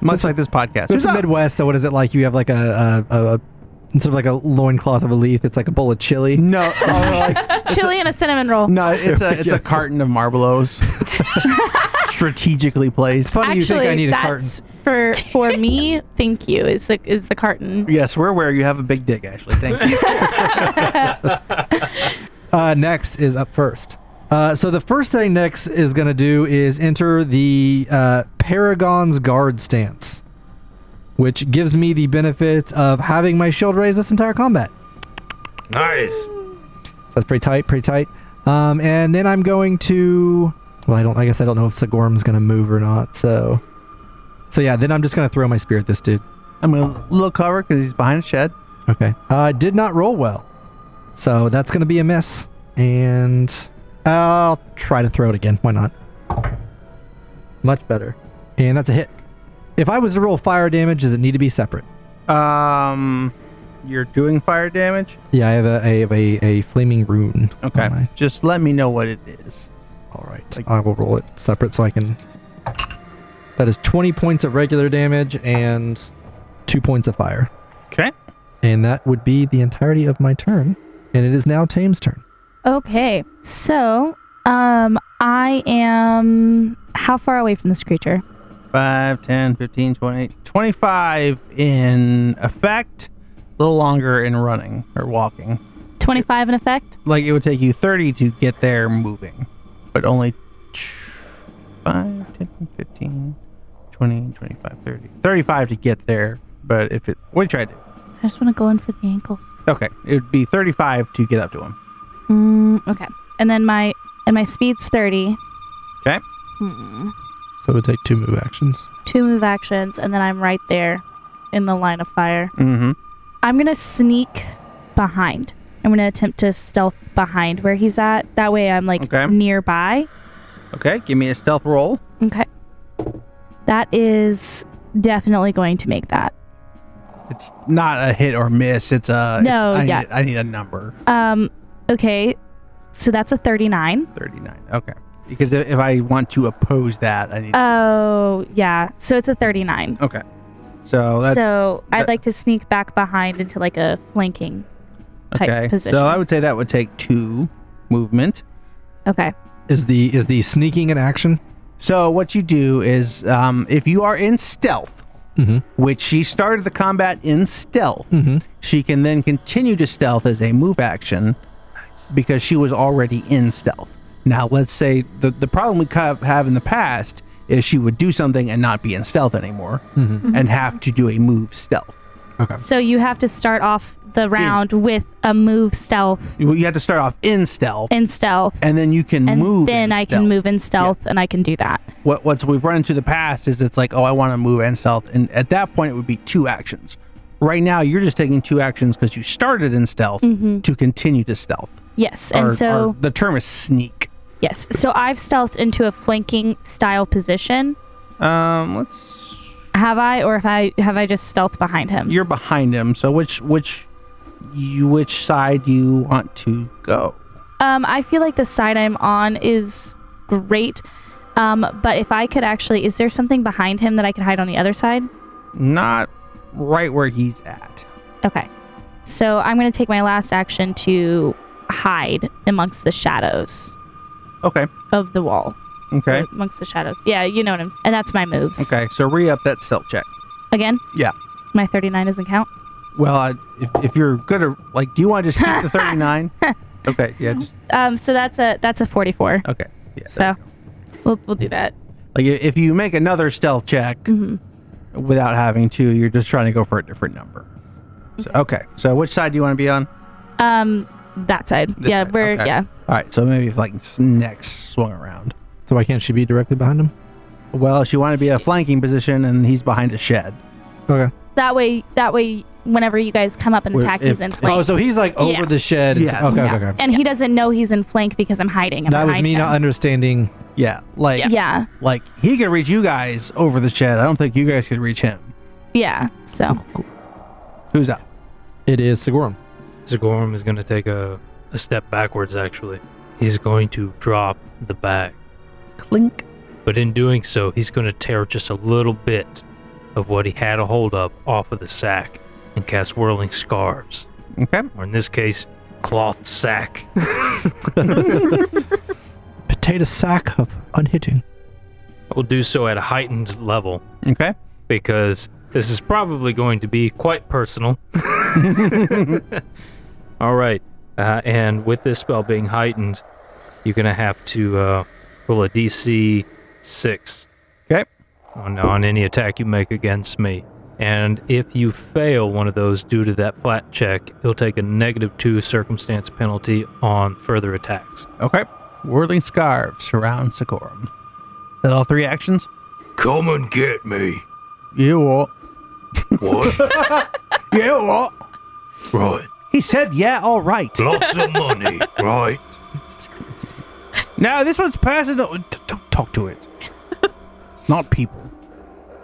Speaker 1: Much like this podcast.
Speaker 3: It's the Midwest, so what is it like? You have like a a, a, a instead of like a loincloth of a leaf, it's like a bowl of chili.
Speaker 5: Mm.
Speaker 1: *laughs* No, oh, like-
Speaker 4: *laughs* Chili and a cinnamon roll.
Speaker 1: no, it's a it's
Speaker 3: Yeah.
Speaker 1: a carton of *laughs* Marlboros, strategically placed.
Speaker 3: It's funny you think I need a carton.
Speaker 4: that's for for *laughs* me. Thank you. Is the is the carton?
Speaker 1: Yes, we're aware you have a big dick, Ashley. Thank
Speaker 5: *laughs*
Speaker 1: you.
Speaker 3: Uh, next is up first. Uh, so the first thing next is going to do is enter the uh, Paragon's guard stance, which gives me the benefit of having my shield raised this entire combat.
Speaker 2: *laughs* Nice.
Speaker 3: So that's pretty tight, pretty tight. Um, and then I'm going to. Well, I don't. I guess I don't know if Sigorm's going to move or not. So, so yeah. Then I'm just going to throw my spear at this dude.
Speaker 1: I'm gonna look cover because he's behind a shed.
Speaker 3: Okay. Uh, did not roll well, so that's going to be a miss. And I'll try to throw it again. Why not? Much better. And that's a hit. If I was to roll fire damage, does it need to be separate?
Speaker 1: Um, you're doing fire damage.
Speaker 3: Yeah, I have a, I have a, a flaming rune. on
Speaker 1: Okay,
Speaker 3: my-
Speaker 1: just let me know what it is.
Speaker 3: All right.
Speaker 1: Like-
Speaker 3: I will roll it separate so I can. That is 20 points of regular damage and two points of fire.
Speaker 1: Okay.
Speaker 3: And that would be the entirety of my turn. And it is now Tame's turn.
Speaker 4: Okay. So, um, I am how far away from this creature?
Speaker 1: 5, 10, 15, 20, 25 in effect, a little longer in running or walking.
Speaker 4: Twenty five in effect.
Speaker 1: Like it would take you 30 to get there moving, but only t- 5, 10, 15, 20, 25, 30, 35 to get there. But if it, what do you try to do?
Speaker 4: I just want to go in for the ankles.
Speaker 1: Okay, it would be 35 to get up to him.
Speaker 4: Mm, okay. And then my and my speed's thirty.
Speaker 1: 'Kay.
Speaker 4: Hmm.
Speaker 3: So it would take two move actions.
Speaker 4: Two move actions, and then I'm right there in the line of fire.
Speaker 1: Mm-hmm.
Speaker 4: I'm gonna sneak behind. I'm gonna attempt to stealth behind where he's at. That way, I'm like
Speaker 1: Okay.
Speaker 4: nearby.
Speaker 1: Okay, give me a stealth roll.
Speaker 4: Okay. That is definitely going to make that.
Speaker 1: It's not a hit or miss. It's a.
Speaker 4: No,
Speaker 1: it's, I,
Speaker 4: yeah.
Speaker 1: need, I need a number.
Speaker 4: Um, okay. So that's a 39.
Speaker 1: 39. Okay. Because if if I want to oppose that, I need.
Speaker 4: Oh, yeah. So it's a 39.
Speaker 1: so that's.
Speaker 4: so I'd
Speaker 1: that-
Speaker 4: like to sneak back behind into like a flanking type
Speaker 1: okay.
Speaker 4: position.
Speaker 1: So I would say that would take two movement.
Speaker 4: okay.
Speaker 3: Is the is the sneaking an action?
Speaker 1: So what you do is, um, if you are in stealth,
Speaker 3: Mm-hmm.
Speaker 1: which she started the combat in stealth,
Speaker 3: Mm-hmm.
Speaker 1: she can then continue to stealth as a move action because she was already in stealth. Now, let's say the, the problem we kind of have in the past is she would do something and not be in stealth anymore
Speaker 3: Mm-hmm.
Speaker 1: and have to do a move stealth.
Speaker 3: Okay.
Speaker 4: So you have to start off the round with a move stealth
Speaker 1: You you have to start off in stealth
Speaker 4: and stealth.
Speaker 1: and then you can
Speaker 4: And
Speaker 1: move.
Speaker 4: then
Speaker 1: in
Speaker 4: I
Speaker 1: stealth.
Speaker 4: can move in stealth and I can do that.
Speaker 1: What, what's we've run into the past is it's like, oh, I want to move in stealth. And at that point, it would be two actions. Right now, you're just taking two actions because you started in stealth
Speaker 4: hmm
Speaker 1: to continue to stealth.
Speaker 4: Yes.
Speaker 1: Or-
Speaker 4: And
Speaker 1: or
Speaker 4: so.
Speaker 1: the term is sneak.
Speaker 4: Yes. So I've stealthed into a flanking style position.
Speaker 1: Um, let's.
Speaker 4: Have I, or if I have I just stealthed behind him?
Speaker 1: You're behind him, so which which you which side you want to go?
Speaker 4: Um, I feel like the side I'm on is great. Um, but if I could actually, is there something behind him that I could hide on the other side?
Speaker 1: Not right where he's at.
Speaker 4: Okay. So I'm going to take my last action to hide amongst the shadows
Speaker 1: Okay.
Speaker 4: of the wall.
Speaker 1: Okay.
Speaker 4: Or Amongst the shadows. Yeah, you know what I'm. And that's my moves.
Speaker 1: Okay. So re up that stealth check.
Speaker 4: Again?
Speaker 1: Yeah.
Speaker 4: My 39 doesn't count.
Speaker 1: Well, I, if, if you're good at like, do you want to just
Speaker 4: *laughs*
Speaker 1: keep the thirty nine? okay. Yeah. Just
Speaker 4: Um, so that's a that's a 44.
Speaker 1: okay. Yeah.
Speaker 4: So.
Speaker 1: there you go.
Speaker 4: We'll we'll do that.
Speaker 1: Like i- if you make another stealth check
Speaker 4: hmm
Speaker 1: without having to, you're just trying to go for a different number. So, okay. So which side do you want to be on?
Speaker 4: Um, that side.
Speaker 1: This
Speaker 4: yeah,
Speaker 1: side,
Speaker 4: we're
Speaker 1: okay.
Speaker 4: yeah.
Speaker 1: All right. So maybe if like s- next swung around.
Speaker 3: So why can't she be directly behind him?
Speaker 1: Well, she wanted to be in a flanking position, and he's behind a shed.
Speaker 3: Okay.
Speaker 4: That way, that way, whenever you guys come up and
Speaker 1: Where-
Speaker 4: attack,
Speaker 1: if-
Speaker 4: he's in flank.
Speaker 3: Oh, so he's like over
Speaker 4: Yeah.
Speaker 3: the shed. and-
Speaker 1: Yes.
Speaker 3: Okay.
Speaker 4: Yeah.
Speaker 3: Okay. okay.
Speaker 4: And he doesn't know he's in flank because I'm hiding. I'm
Speaker 3: That was
Speaker 4: behind
Speaker 3: me
Speaker 4: him.
Speaker 3: not understanding.
Speaker 1: Yeah, like
Speaker 4: Yeah. yeah,
Speaker 1: like he could reach you guys over the shed. I don't think you guys could reach him.
Speaker 3: *laughs*
Speaker 4: So
Speaker 1: Who's up?
Speaker 3: It is Sigorum.
Speaker 2: Zagorm is going to take a, a step backwards, actually. He's going to drop the bag.
Speaker 1: Clink.
Speaker 2: But in doing so, he's going to tear just a little bit of what he had a hold of off of the sack and cast Whirling Scarves,
Speaker 1: Okay.
Speaker 2: or in this case, Cloth Sack. *laughs*
Speaker 3: Potato sack of unhitting.
Speaker 2: I will do so at a heightened level
Speaker 1: Okay.
Speaker 2: because this is probably going to be quite personal. *laughs* All right. Uh, and with this spell being heightened, you're going to have to uh, roll a DC 6.
Speaker 1: Okay.
Speaker 2: On, on any attack you make against me. And if you fail one of those due to that flat check, you'll take a negative 2 circumstance penalty on further attacks.
Speaker 1: Okay. Whirling scarves surround Sikorum. Is that all three actions?
Speaker 2: Come and get me.
Speaker 1: You what?
Speaker 2: What?
Speaker 1: Yeah, what?
Speaker 2: right.
Speaker 1: He said, yeah, all right.
Speaker 2: Lots of money. Right.
Speaker 1: No, this one's personal. D- Don't talk to it. It's not people.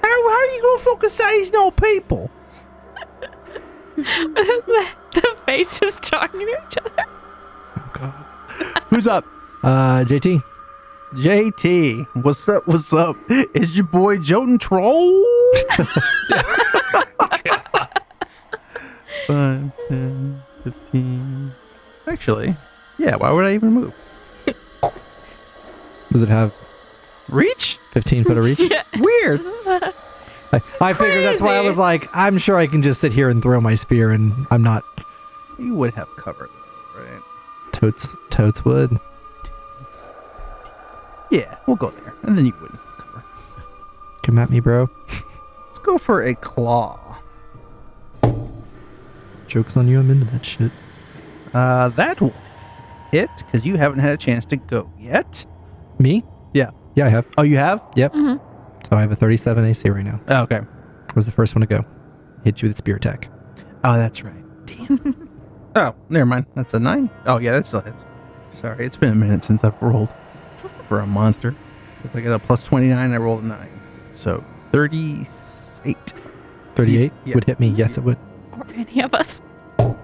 Speaker 1: How, how are you going to fucking say it's not people?
Speaker 5: the, the faces talking to each other.
Speaker 1: Who's up?
Speaker 3: Uh, JT.
Speaker 1: JT. What's up? What's up? It's your boy Jotun Troll. *laughs* Five, 10, 15. Actually, yeah, why would I even move?
Speaker 3: Does it have
Speaker 1: Reach?
Speaker 3: 15 foot
Speaker 4: *laughs*
Speaker 3: of reach?
Speaker 1: Weird.
Speaker 3: I, I figured that's why I was
Speaker 5: Crazy.
Speaker 3: like, I'm sure I can just sit here and throw my spear, and I'm not
Speaker 1: You would have covered, right?
Speaker 3: totes totes wood.
Speaker 1: Yeah, we'll go there. And then you wouldn't cover.
Speaker 3: Come at me, bro.
Speaker 1: Let's go for a claw.
Speaker 3: Joke's on you. I'm into that shit.
Speaker 1: Uh, that will hit because you haven't had a chance to go yet.
Speaker 3: Me?
Speaker 1: Yeah.
Speaker 3: Yeah, I have.
Speaker 1: Oh, you have?
Speaker 3: So I have a 37 AC right now.
Speaker 1: Oh, okay.
Speaker 3: Was the first one to go. Hit you with a spear attack.
Speaker 1: Oh, that's right. Damn. *laughs* oh, never mind. That's a nine. Oh, yeah, that still hits. Sorry, it's been a minute since I've rolled for a monster. Because I got a plus 29, I rolled a nine. So 38.
Speaker 3: 38
Speaker 1: Yeah.
Speaker 3: would hit me. Yes, it would.
Speaker 5: Or any of us.
Speaker 1: All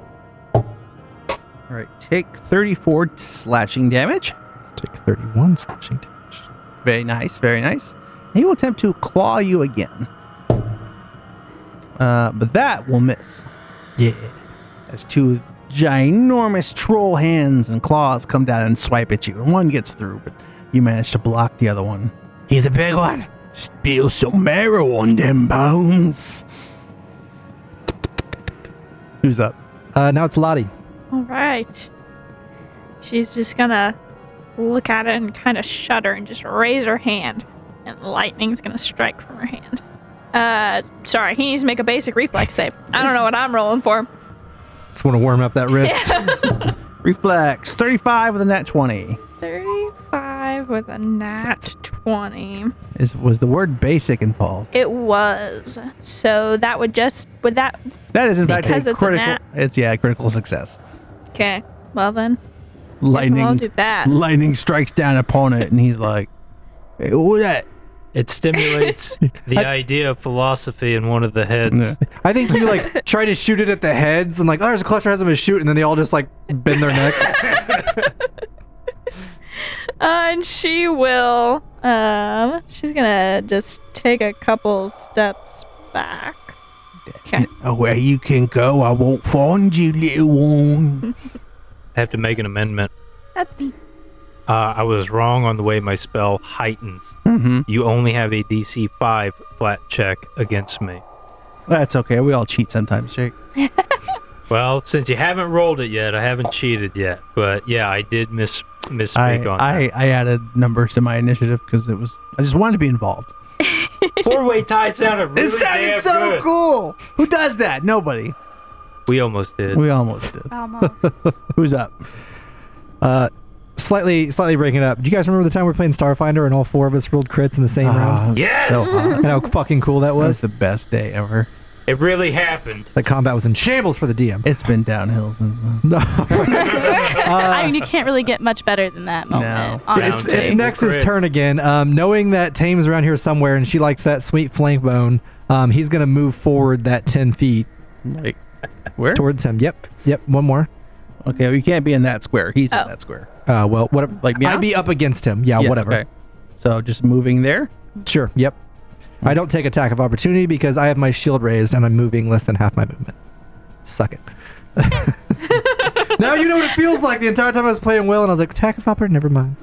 Speaker 1: right, take 34 slashing damage.
Speaker 3: Take 31 slashing damage.
Speaker 1: Very nice, very nice. And he will attempt to claw you again. Uh, but that will miss. Yeah. As two ginormous troll hands and claws come down and swipe at you. And one gets through, but you manage to block the other one. He's a big one. Spill some marrow on them bones. Who's up?
Speaker 3: Uh, now it's Lottie.
Speaker 5: All right. She's just gonna look at it and kind of shudder and just raise her hand, and lightning's gonna strike from her hand. Uh, sorry, he needs to make a basic reflex save. I don't know what I'm rolling for.
Speaker 3: Just want to warm up that wrist.
Speaker 1: Reflex 35 with a nat 20.
Speaker 5: 35 with a nat 20.
Speaker 1: Is, was the word basic involved?
Speaker 5: It was. So that would just, would that,
Speaker 1: That is in fact
Speaker 5: Because
Speaker 1: a
Speaker 5: it's a
Speaker 1: critical.
Speaker 5: nat.
Speaker 1: it's yeah, critical success.
Speaker 5: okay. Well then, I'll
Speaker 1: Lightning,
Speaker 5: do that.
Speaker 1: lightning strikes down upon it, and he's like, "Hey, what was that?" *laughs*
Speaker 2: It stimulates the
Speaker 3: I-
Speaker 2: idea of philosophy in one of the heads.
Speaker 1: Yeah.
Speaker 3: *laughs* I think you like try to shoot it at the heads and like, oh, there's a cluster heads, I'm gonna shoot, and then they all just like bend their necks.
Speaker 5: Uh, and she will um she's gonna just take a couple steps back Okay.
Speaker 1: Oh, where you can go, I won't find you, little one.
Speaker 2: I have to make an amendment.
Speaker 5: that's me
Speaker 2: Uh, I was wrong on the way my spell heightens.
Speaker 1: *laughs* Mm-hmm.
Speaker 2: You only have a DC 5 flat check against me.
Speaker 1: That's okay. We all cheat sometimes, Jake.
Speaker 2: Well, since you haven't rolled it yet, I haven't cheated yet. But yeah, I did miss
Speaker 1: I,
Speaker 2: misspeak on
Speaker 1: I, I added numbers to my initiative because it was I just wanted to be involved.
Speaker 2: that. Four way tie sounded really
Speaker 1: it sounded so cool. Who does that? Nobody.
Speaker 2: We almost did.
Speaker 1: We almost did.
Speaker 5: *laughs*
Speaker 4: Almost.
Speaker 1: Who's up?
Speaker 3: Uh, slightly, slightly breaking it up. Do you guys remember the time we were playing Starfinder and all four of us rolled crits in the same round?
Speaker 1: Ah,
Speaker 2: Yes!
Speaker 1: So hot.
Speaker 3: And how fucking cool that
Speaker 1: That was
Speaker 3: was.
Speaker 1: the best day ever.
Speaker 2: It really happened.
Speaker 3: The combat was in shambles for
Speaker 1: *laughs*
Speaker 3: the *laughs* Uh, DM.
Speaker 1: It's been downhill since then.
Speaker 3: No.
Speaker 4: I mean, you can't really get much better than that moment.
Speaker 1: No.
Speaker 4: honestly.
Speaker 3: it's, it's
Speaker 2: Down
Speaker 3: Nex's
Speaker 2: crits.
Speaker 3: turn again. Um, knowing that Tame's around here somewhere and she likes that sweet flank bone, um, he's gonna move forward that ten feet
Speaker 1: *laughs* Like, where?
Speaker 3: towards him. Yep, yep. One more.
Speaker 1: Okay, well, you can't be in that square. He's
Speaker 5: Oh.
Speaker 1: in that square.
Speaker 3: Uh, well, whatever.
Speaker 1: Like meow?
Speaker 3: I'd be up against him. Yeah,
Speaker 1: Yeah,
Speaker 3: whatever.
Speaker 1: okay. So just moving there.
Speaker 3: Sure. Yep. I don't take attack of opportunity because I have my shield raised and I'm moving less than half my movement.
Speaker 1: *laughs*
Speaker 3: Suck it. *laughs* now you know what it feels like. The entire time I was playing Will, and I was like, attack of Hopper, never mind.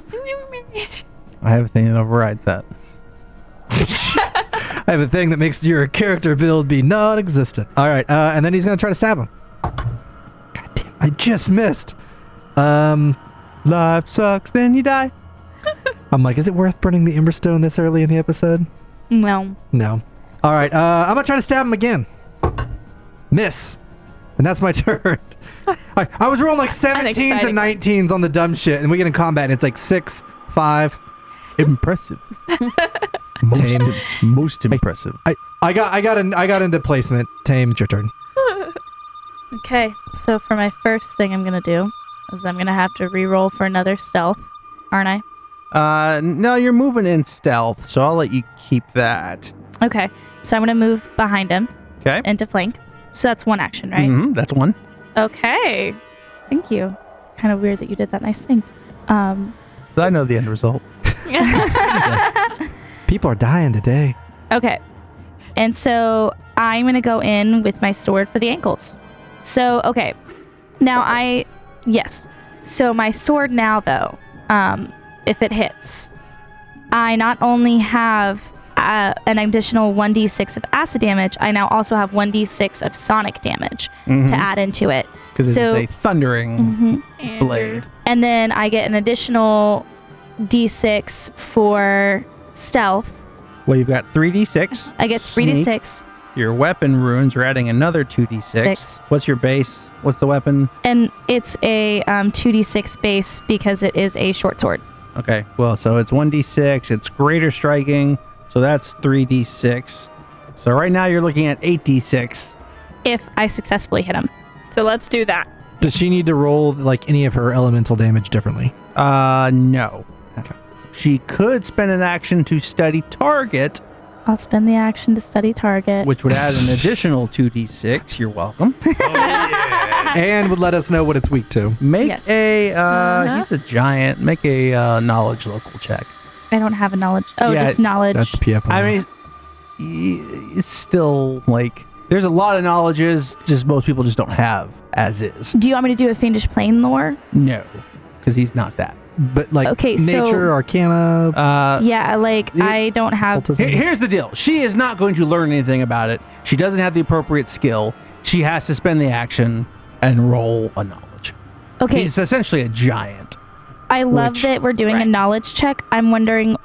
Speaker 1: I have a thing that overrides that.
Speaker 3: *laughs* I have a thing that makes your character build be non-existent. All right, uh, and then he's gonna try to stab him. God damn! I just missed. Um,
Speaker 1: Life sucks, then you die.
Speaker 3: I'm like, is it worth burning the Emberstone this early in the episode?
Speaker 4: No.
Speaker 3: No. All right, uh, I'm gonna try to stab him again. Miss, and that's my *laughs* turn. I, I was rolling
Speaker 5: *laughs*
Speaker 3: like 17s and
Speaker 5: exciting one.
Speaker 3: 19s on the dumb shit, and we get in combat, and it's like six, five.
Speaker 1: *laughs* Impressive. most,
Speaker 3: Tame.
Speaker 1: im- most impressive.
Speaker 3: I, I got I got in, I got into placement. Tame, it's your turn.
Speaker 4: Okay, so for my first thing I'm gonna do is I'm gonna have to re-roll for another stealth, aren't I?
Speaker 1: Uh, no, you're moving in stealth, so I'll let you keep that.
Speaker 4: Okay, so I'm gonna move behind him.
Speaker 1: 'Kay.
Speaker 4: Into flank. So that's one action, right?
Speaker 1: Mhm, that's one.
Speaker 5: okay.
Speaker 4: Thank you. Kind of weird that you did that nice thing.
Speaker 1: *laughs*
Speaker 4: Um, *laughs*
Speaker 1: So I know the end result.
Speaker 3: People are dying today.
Speaker 4: okay. And so I'm gonna go in with my sword for the ankles. So okay, now I yes. So my sword now though, um, if it hits, I not only have uh, an additional 1d6 of acid damage, I now also have 1d6 of sonic damage
Speaker 1: Mm-hmm,
Speaker 4: to add into it.
Speaker 1: Because it's
Speaker 4: so-
Speaker 1: a thundering
Speaker 4: hmm
Speaker 5: And
Speaker 1: blade.
Speaker 4: And then I get an additional d6 for stealth.
Speaker 1: Well, you've got 3d6.
Speaker 4: I get 3d6,
Speaker 1: Your weapon runes, you're adding another 2d6.
Speaker 4: Six.
Speaker 1: What's your base? What's the weapon?
Speaker 4: and it's a um, 2d6 base because it is a short sword.
Speaker 1: Okay, well, so it's 1d6, it's greater striking, so that's 3d6. So right now you're looking at 8d6.
Speaker 4: If I successfully hit him,
Speaker 5: So let's do that.
Speaker 3: Does she need to roll like any of her elemental damage differently?
Speaker 1: Uh, no. She could spend an action to study target,
Speaker 4: I'll spend the action to study target.
Speaker 1: which would add an additional 2d6. You're welcome.
Speaker 2: Oh, yeah. *laughs*
Speaker 3: And would let us know what it's weak to.
Speaker 1: Make
Speaker 4: Yes.
Speaker 1: a, uh,
Speaker 5: Uh-huh.
Speaker 1: he's a giant, make a uh, knowledge local check.
Speaker 4: I don't have a knowledge. Oh,
Speaker 1: Yeah,
Speaker 4: just knowledge.
Speaker 3: That's PF.
Speaker 1: I mean, y- it's still like, there's a lot of knowledges, just most people just don't have as is.
Speaker 4: do you want me to do a fiendish plane lore?
Speaker 1: No, because he's not that.
Speaker 3: but like
Speaker 4: okay, so-
Speaker 3: nature, arcana,
Speaker 1: Uh,
Speaker 4: yeah, like
Speaker 1: you-
Speaker 4: I don't have.
Speaker 3: occultism.
Speaker 1: Here- Here's the deal. She is not going to learn anything about it. She doesn't have the appropriate skill. She has to spend the action and roll a knowledge.
Speaker 4: Okay,
Speaker 1: He's essentially a giant.
Speaker 4: I love
Speaker 1: which-
Speaker 4: that we're doing a
Speaker 5: Right.
Speaker 4: knowledge check. I'm wondering.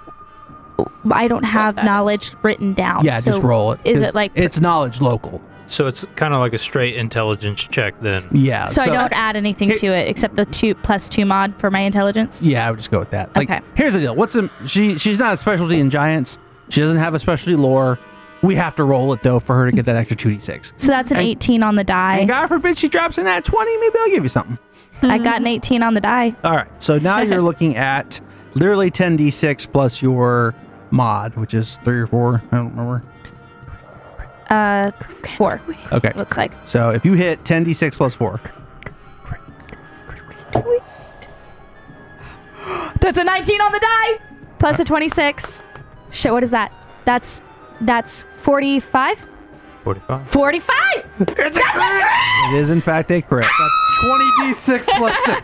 Speaker 4: I don't have
Speaker 5: that is.
Speaker 4: knowledge written down.
Speaker 1: yeah,
Speaker 4: so
Speaker 1: just roll it.
Speaker 4: is
Speaker 1: It's-
Speaker 4: it like-
Speaker 1: it's knowledge local?
Speaker 2: So it's kind of like a straight intelligence check then.
Speaker 1: Yeah.
Speaker 4: So, I don't add anything
Speaker 1: Here-
Speaker 4: to it except the two plus two mod for my intelligence.
Speaker 1: Yeah, I would just go with that. Like,
Speaker 4: Okay.
Speaker 1: here's the deal. What's a, she? She's not a specialty in giants. She doesn't have a specialty lore. We have to roll it though for her to get that extra two d six.
Speaker 4: So that's an
Speaker 1: And-
Speaker 4: 18 on the die.
Speaker 1: And God forbid she drops in that twenty. Maybe I'll give you something.
Speaker 4: I got an 18 on the die.
Speaker 1: All right. So
Speaker 4: *laughs*
Speaker 1: now you're looking at literally 10d6 plus your mod, which is three or four. I don't remember.
Speaker 4: Uh, four.
Speaker 1: Okay.
Speaker 4: It looks like.
Speaker 1: So if you hit 10d6 plus four,
Speaker 4: That's a 19 on the die. Plus a 26. Shit, what is that? That's that's 45.
Speaker 2: 45.
Speaker 4: 45.
Speaker 1: it is in fact a crit
Speaker 3: that's twenty d six plus *laughs* six.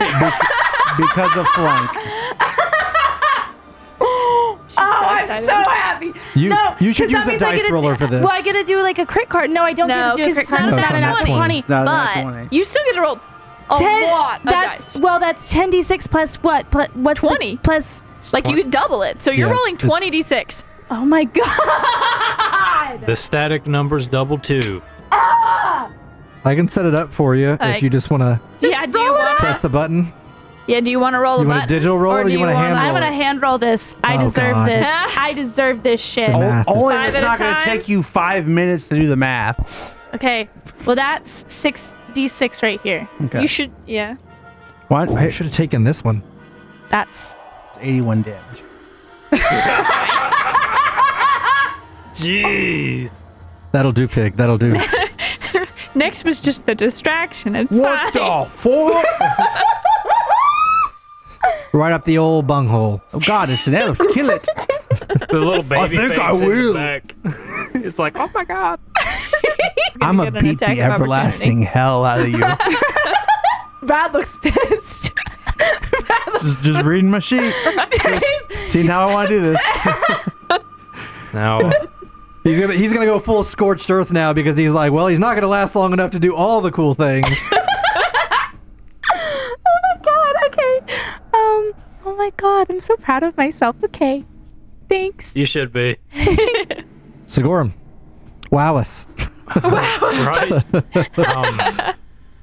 Speaker 1: because of flank.
Speaker 5: She's
Speaker 4: *gasps* Oh, I'm
Speaker 5: excited.
Speaker 4: so happy.
Speaker 3: You
Speaker 4: no,
Speaker 3: you should
Speaker 4: 'cause that
Speaker 3: use a
Speaker 4: means I
Speaker 3: dice
Speaker 4: get
Speaker 3: roller for this.
Speaker 4: Well, I get to do like a crit card. No, I don't
Speaker 5: No,
Speaker 4: get to do a
Speaker 5: 'cause
Speaker 4: crit
Speaker 5: it's
Speaker 4: card. It's
Speaker 5: not
Speaker 4: not
Speaker 3: a nat
Speaker 4: a
Speaker 3: 20.
Speaker 4: 20.
Speaker 1: No, that's
Speaker 5: But
Speaker 1: 20.
Speaker 5: you still get to roll a
Speaker 4: Ten-
Speaker 5: lot of
Speaker 4: that's
Speaker 5: dice.
Speaker 4: well, that's 10d6 plus what? Plus what's the-
Speaker 5: 20.
Speaker 4: plus?
Speaker 5: Like you could double it. So you're
Speaker 3: Yeah,
Speaker 5: rolling
Speaker 3: it's-
Speaker 4: *laughs*
Speaker 5: 20d6.
Speaker 4: Oh my god!
Speaker 2: The static numbers double two.
Speaker 4: Ah!
Speaker 3: I can set it up for you if
Speaker 5: Like-
Speaker 3: you just want to
Speaker 5: Yeah, do you want
Speaker 3: press the button.
Speaker 5: Yeah, do you want to roll
Speaker 3: You
Speaker 5: a
Speaker 3: want a
Speaker 5: button?
Speaker 3: digital roll
Speaker 5: or
Speaker 3: or,
Speaker 5: do
Speaker 3: you
Speaker 5: you
Speaker 3: want to
Speaker 5: want-
Speaker 3: hand
Speaker 4: I'm
Speaker 3: roll?
Speaker 4: gonna
Speaker 3: it?
Speaker 4: hand roll this. I
Speaker 3: Oh,
Speaker 4: deserve
Speaker 3: God. *laughs*
Speaker 4: this. I deserve this shit.
Speaker 3: Come on.
Speaker 1: O-
Speaker 3: Math
Speaker 1: Only if
Speaker 5: Five
Speaker 1: it's
Speaker 5: at a
Speaker 1: not going to
Speaker 5: time?
Speaker 1: take you five minutes to do the math.
Speaker 4: Okay. Well, that's six d6 right here.
Speaker 1: Okay.
Speaker 5: You should. Yeah.
Speaker 1: what?
Speaker 3: I should have taken this one.
Speaker 4: That's
Speaker 1: It's 81 damage.
Speaker 2: Jeez.
Speaker 3: That'll do, pig. That'll do. *laughs*
Speaker 5: Next was just the distraction. It's
Speaker 1: What
Speaker 4: *laughs*
Speaker 5: fine.
Speaker 1: the fuck?
Speaker 3: right up the old bunghole.
Speaker 1: oh God, it's an elf. Kill
Speaker 5: *laughs*
Speaker 1: it.
Speaker 2: The little baby
Speaker 1: think
Speaker 2: face
Speaker 1: I
Speaker 2: in
Speaker 1: *laughs*
Speaker 2: the
Speaker 1: will. oh.
Speaker 3: *laughs*
Speaker 2: back. it's like, oh my god.
Speaker 5: gonna
Speaker 1: I'm gonna
Speaker 5: get an
Speaker 1: beat
Speaker 5: attack
Speaker 1: the
Speaker 5: of
Speaker 1: everlasting hell out of
Speaker 5: *laughs*
Speaker 1: you.
Speaker 4: Brad looks pissed. *laughs* Brad looks
Speaker 1: just, just reading my sheet. Seeing how I want to
Speaker 5: *laughs*
Speaker 1: do this.
Speaker 2: Now,
Speaker 3: He's gonna he's gonna go full scorched earth now because he's like, well, he's not gonna last long enough to do all the cool things.
Speaker 4: *laughs* oh my god, okay. Um, oh my god, I'm so proud of myself. Okay.
Speaker 3: *laughs*
Speaker 4: Thanks. *laughs*
Speaker 2: you should be.
Speaker 3: Sigorum, wow *laughs* us.
Speaker 2: Right? um,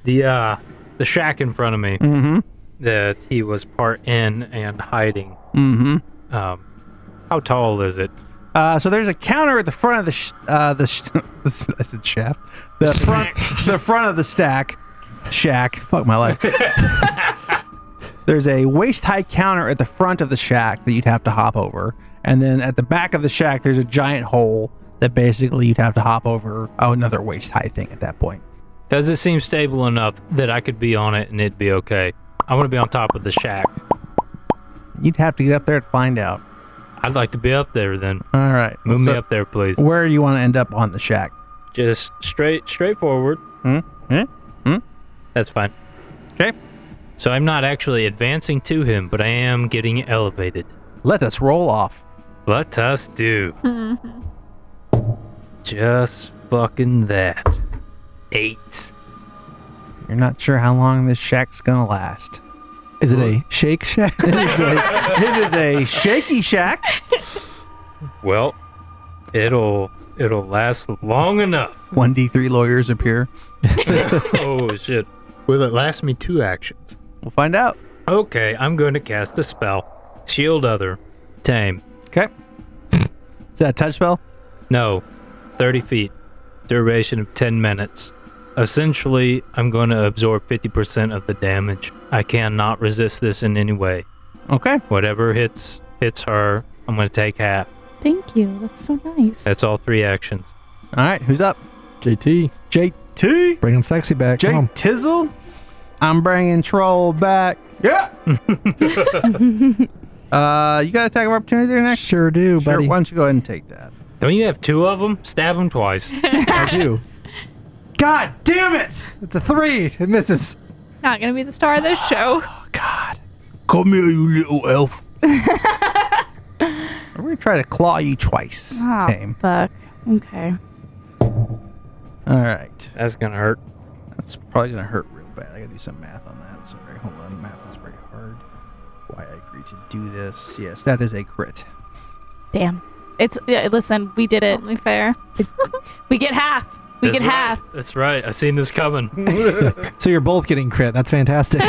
Speaker 2: the, uh, the shack in front of me
Speaker 1: Mm
Speaker 2: that he was part in and hiding,
Speaker 1: hmm. Mm hmm.
Speaker 2: um, how tall is it?
Speaker 1: Uh, so there's a counter at the front of the sh- uh, the sh- *laughs* I said shaft. The front the front of the stack shack. Fuck my life.
Speaker 3: *laughs*
Speaker 1: there's a waist high counter at the front of the shack that you'd have to hop over, and then at the back of the shack there's a giant hole that basically you'd have to hop over. Oh, another waist high thing at that point.
Speaker 2: Does it seem stable enough that I could be on it and it'd be okay? I want to be on top of the shack.
Speaker 1: You'd have to get up there to find out.
Speaker 2: I'd like to be up there then.
Speaker 1: All right,
Speaker 2: Move
Speaker 1: So
Speaker 2: me up there, please.
Speaker 1: Where do you want to end up on the shack?
Speaker 2: Just straight, straight forward.
Speaker 1: Hmm? Hmm? Hmm?
Speaker 2: That's fine.
Speaker 1: 'Kay.
Speaker 2: So I'm not actually advancing to him, but I am getting elevated.
Speaker 1: Let us roll off.
Speaker 2: Let us do
Speaker 5: Mhm.
Speaker 2: just fucking that. Eight.
Speaker 1: You're not sure how long this shack's gonna last.
Speaker 3: Is it a Shake Shack?
Speaker 1: *laughs* It is a, it is a shaky shack.
Speaker 2: Well, it'll it'll last long *laughs* enough.
Speaker 1: Mm-hmm. 1d3 lawyers appear.
Speaker 2: oh shit. Will it last me two actions?
Speaker 1: We'll find out.
Speaker 2: Okay, I'm going to cast a spell. Shield other. Tame.
Speaker 1: Is that a touch spell?
Speaker 2: No. 30 feet. Duration of 10 minutes. Essentially, I'm going to absorb 50% of the damage. I cannot resist this in any way.
Speaker 1: Okay.
Speaker 2: Whatever hits hits her, I'm going to take half.
Speaker 4: Thank you. That's so nice.
Speaker 2: That's all three actions.
Speaker 1: All right. Who's up?
Speaker 3: JT,
Speaker 1: JT.
Speaker 3: bringing sexy back. Come
Speaker 1: Jake
Speaker 3: on.
Speaker 1: Tizzle. I'm bringing Troll back. *laughs* Yeah. Uh, you got attack of opportunity there next.
Speaker 3: Sure do,
Speaker 1: Sure,
Speaker 3: buddy.
Speaker 1: why don't you go ahead and take that?
Speaker 2: Don't you have two of them? Stab them
Speaker 4: *laughs*
Speaker 2: twice.
Speaker 3: I do. God damn it! It's a three. It misses.
Speaker 5: Not gonna be the star of this show.
Speaker 1: Oh God. Come here, you little elf. *laughs* We're gonna try to claw you twice.
Speaker 3: Ah.
Speaker 4: Oh,
Speaker 1: Tame.
Speaker 4: fuck. Okay.
Speaker 1: All right.
Speaker 2: That's going to hurt.
Speaker 1: That's probably gonna hurt real bad. I gotta do some math on that. Sorry, hold on. Math is very hard. Why I agreed to do this? Yes, that is a crit.
Speaker 4: Damn. It's yeah, listen, we did it.
Speaker 5: Only fair.
Speaker 4: *laughs* We get half. We
Speaker 2: That's
Speaker 4: get
Speaker 2: right.
Speaker 4: half.
Speaker 2: That's right. I seen this
Speaker 4: *laughs*
Speaker 2: coming.
Speaker 3: So you're both getting crit. That's fantastic.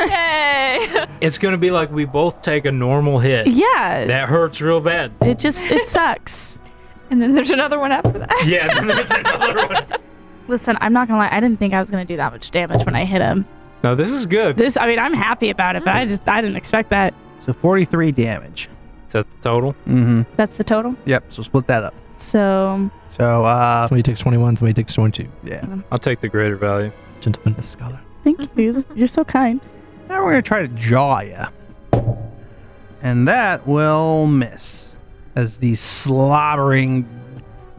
Speaker 4: *laughs*
Speaker 5: Hey.
Speaker 2: it's going to be like we both take a normal hit.
Speaker 4: Yeah.
Speaker 2: That hurts real bad.
Speaker 4: it
Speaker 1: *laughs*
Speaker 4: just it sucks.
Speaker 5: And then there's another one after that.
Speaker 2: Yeah, *laughs* then there's another
Speaker 4: *laughs*
Speaker 2: one.
Speaker 4: Listen, I'm not gonna lie. I didn't think I was gonna do that much damage when I hit him.
Speaker 2: No, this is good.
Speaker 4: This, I mean, I'm happy about it, but I just I didn't expect that.
Speaker 1: So 43 damage.
Speaker 2: Is that the total?
Speaker 1: Mm-hmm.
Speaker 4: That's the total.
Speaker 1: Yep. So split that up.
Speaker 4: So
Speaker 1: So uh,
Speaker 3: somebody takes 21. Somebody takes 22.
Speaker 1: yeah.
Speaker 2: I'll take the greater value.
Speaker 3: Gentleman, is scholar.
Speaker 1: *laughs*
Speaker 4: thank you. You're so kind.
Speaker 1: Now we're gonna try to jaw you, and that will miss as these slobbering,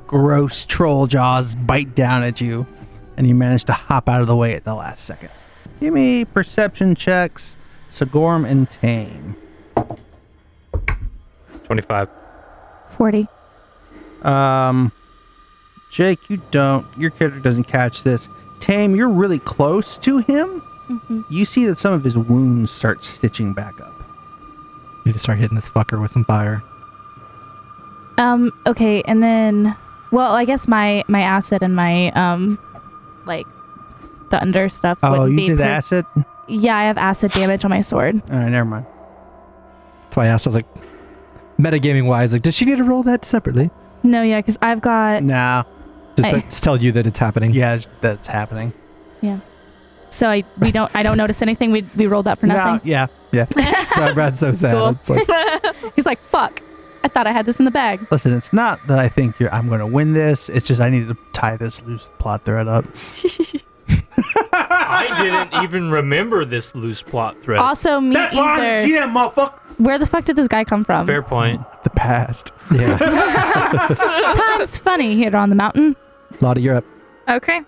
Speaker 1: gross troll jaws bite down at you, and you manage to hop out of the way at the last second. Give me perception checks, Sigorm and Tame.
Speaker 2: 25.
Speaker 4: Forty.
Speaker 1: Um, Jake, you don't. Your character doesn't catch this. Tame, you're really close to him.
Speaker 4: Mm-hmm.
Speaker 1: You see that some of his wounds start stitching back up.
Speaker 3: Need to start hitting this fucker with some fire.
Speaker 4: Um. Okay, and then, well, I guess my my acid and my um, like, thunder stuff.
Speaker 1: Oh,
Speaker 4: wouldn't
Speaker 1: you
Speaker 4: be
Speaker 1: did
Speaker 4: per-
Speaker 1: acid. All
Speaker 4: Yeah, I have acid damage on my sword.
Speaker 1: right, never mind.
Speaker 3: That's why I asked. I was like, metagaming wise, like, does she need to roll that separately?
Speaker 4: No, yeah, because I've got.
Speaker 1: Nah,
Speaker 3: Just,
Speaker 4: Hey.
Speaker 3: to, just tell you that it's happening. *laughs*
Speaker 1: yeah, it's- that's happening.
Speaker 4: So I we don't I don't notice anything. We we rolled that for
Speaker 1: No,
Speaker 4: nothing.
Speaker 1: yeah, yeah.
Speaker 3: Brad, Brad's so sad.
Speaker 4: Cool.
Speaker 3: It's
Speaker 4: *laughs*
Speaker 3: like,
Speaker 4: He's like, fuck. I thought I had this in the bag.
Speaker 1: Listen, it's not that I think you're. I'm going to win this. It's just I need to tie this loose plot thread up.
Speaker 2: I didn't even remember this loose plot thread.
Speaker 4: Also, me
Speaker 1: That's why I'm
Speaker 4: either.
Speaker 1: the GM, motherfucker.
Speaker 4: Where the fuck did this guy come from?
Speaker 2: Fair point.
Speaker 1: The past.
Speaker 3: yeah.
Speaker 4: Time's funny here on the mountain.
Speaker 3: Lot of Europe.
Speaker 5: Okay.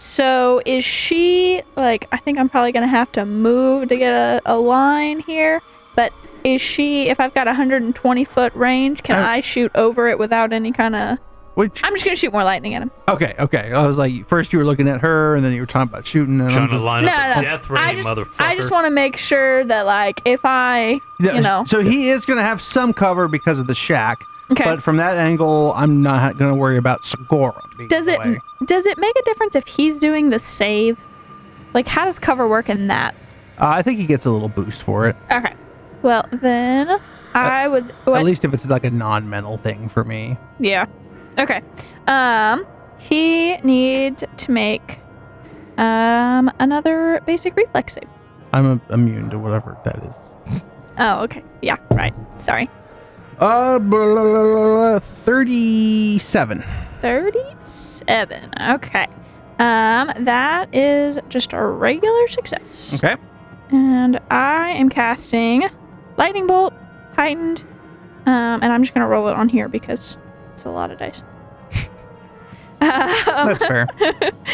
Speaker 5: So is she like? I think I'm probably gonna have to move to get a, a line here. But is she? If I've got 120 foot range, can
Speaker 1: Uh,
Speaker 5: I shoot over it without any kind of?
Speaker 1: Which
Speaker 5: I'm just gonna shoot more lightning at him.
Speaker 1: okay, okay. I was like, first you were looking at her, and then you were talking about shooting. And
Speaker 2: Trying
Speaker 1: I'm
Speaker 2: to
Speaker 1: just,
Speaker 2: line
Speaker 5: No,
Speaker 2: up
Speaker 5: no,
Speaker 2: the death ray,
Speaker 5: I just,
Speaker 2: motherfucker.
Speaker 5: I just want to make sure that like if I,
Speaker 1: Yeah,
Speaker 5: you know.
Speaker 1: So he is going to have some cover because of the shack,
Speaker 5: okay.
Speaker 1: but from that angle, I'm not going to worry about Segura. being
Speaker 5: Does it
Speaker 1: away.
Speaker 5: does it make a difference if he's doing the save? Like, how does cover work in that?
Speaker 1: Uh, I think he gets a little boost for it.
Speaker 5: Okay. Well, then I would. What?
Speaker 1: At least if it's like a non-mental thing for me.
Speaker 5: yeah. Okay. Um, he need to make um another basic reflex save.
Speaker 1: I'm uh, immune to whatever that is.
Speaker 5: Oh, okay. Yeah. Right. Sorry.
Speaker 1: Uh, blah, blah, blah, blah, blah, 37.
Speaker 5: Thirty-seven. Okay. Um, that is just a regular success.
Speaker 1: Okay.
Speaker 5: And I am casting Lightning Bolt, Heightened. Um, and I'm just going to roll it on here because it's a lot of dice. *laughs* Um,
Speaker 1: *laughs* That's fair.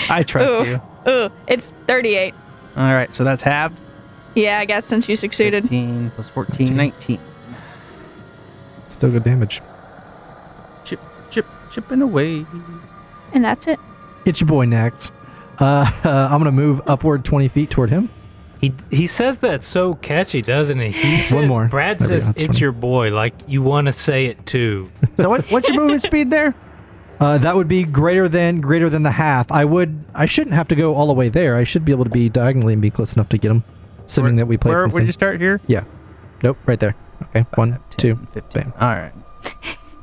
Speaker 1: I trust
Speaker 5: Oof.
Speaker 1: you.
Speaker 5: *laughs* ooh, it's 38.
Speaker 1: All right, so that's halved.
Speaker 5: Yeah, I guess since you succeeded.
Speaker 1: 15 plus 14, 19.
Speaker 3: Still good damage.
Speaker 1: Chip, chipping away.
Speaker 5: And that's it. *laughs*
Speaker 3: It's your boy next. Uh, *laughs* I'm gonna move upward 20 feet toward him.
Speaker 2: He he says that so catchy, doesn't he? he said-
Speaker 3: One more.
Speaker 2: Brad
Speaker 3: There we go,
Speaker 2: says
Speaker 3: that's
Speaker 2: it's
Speaker 3: funny.
Speaker 2: your boy. Like you want to say it
Speaker 3: *laughs*
Speaker 2: too.
Speaker 1: So what, what's your movement speed there?
Speaker 3: Uh, that would be greater than greater than the half. I would. I shouldn't have to go all the way there. I should be able to be diagonally and be close enough to get him. *laughs* Assuming that we play.
Speaker 1: Where
Speaker 3: from the
Speaker 1: would
Speaker 3: same-
Speaker 1: you uh, start here?
Speaker 3: Nope, right there. Okay, one, two.
Speaker 1: 15.
Speaker 3: bam.
Speaker 1: All right.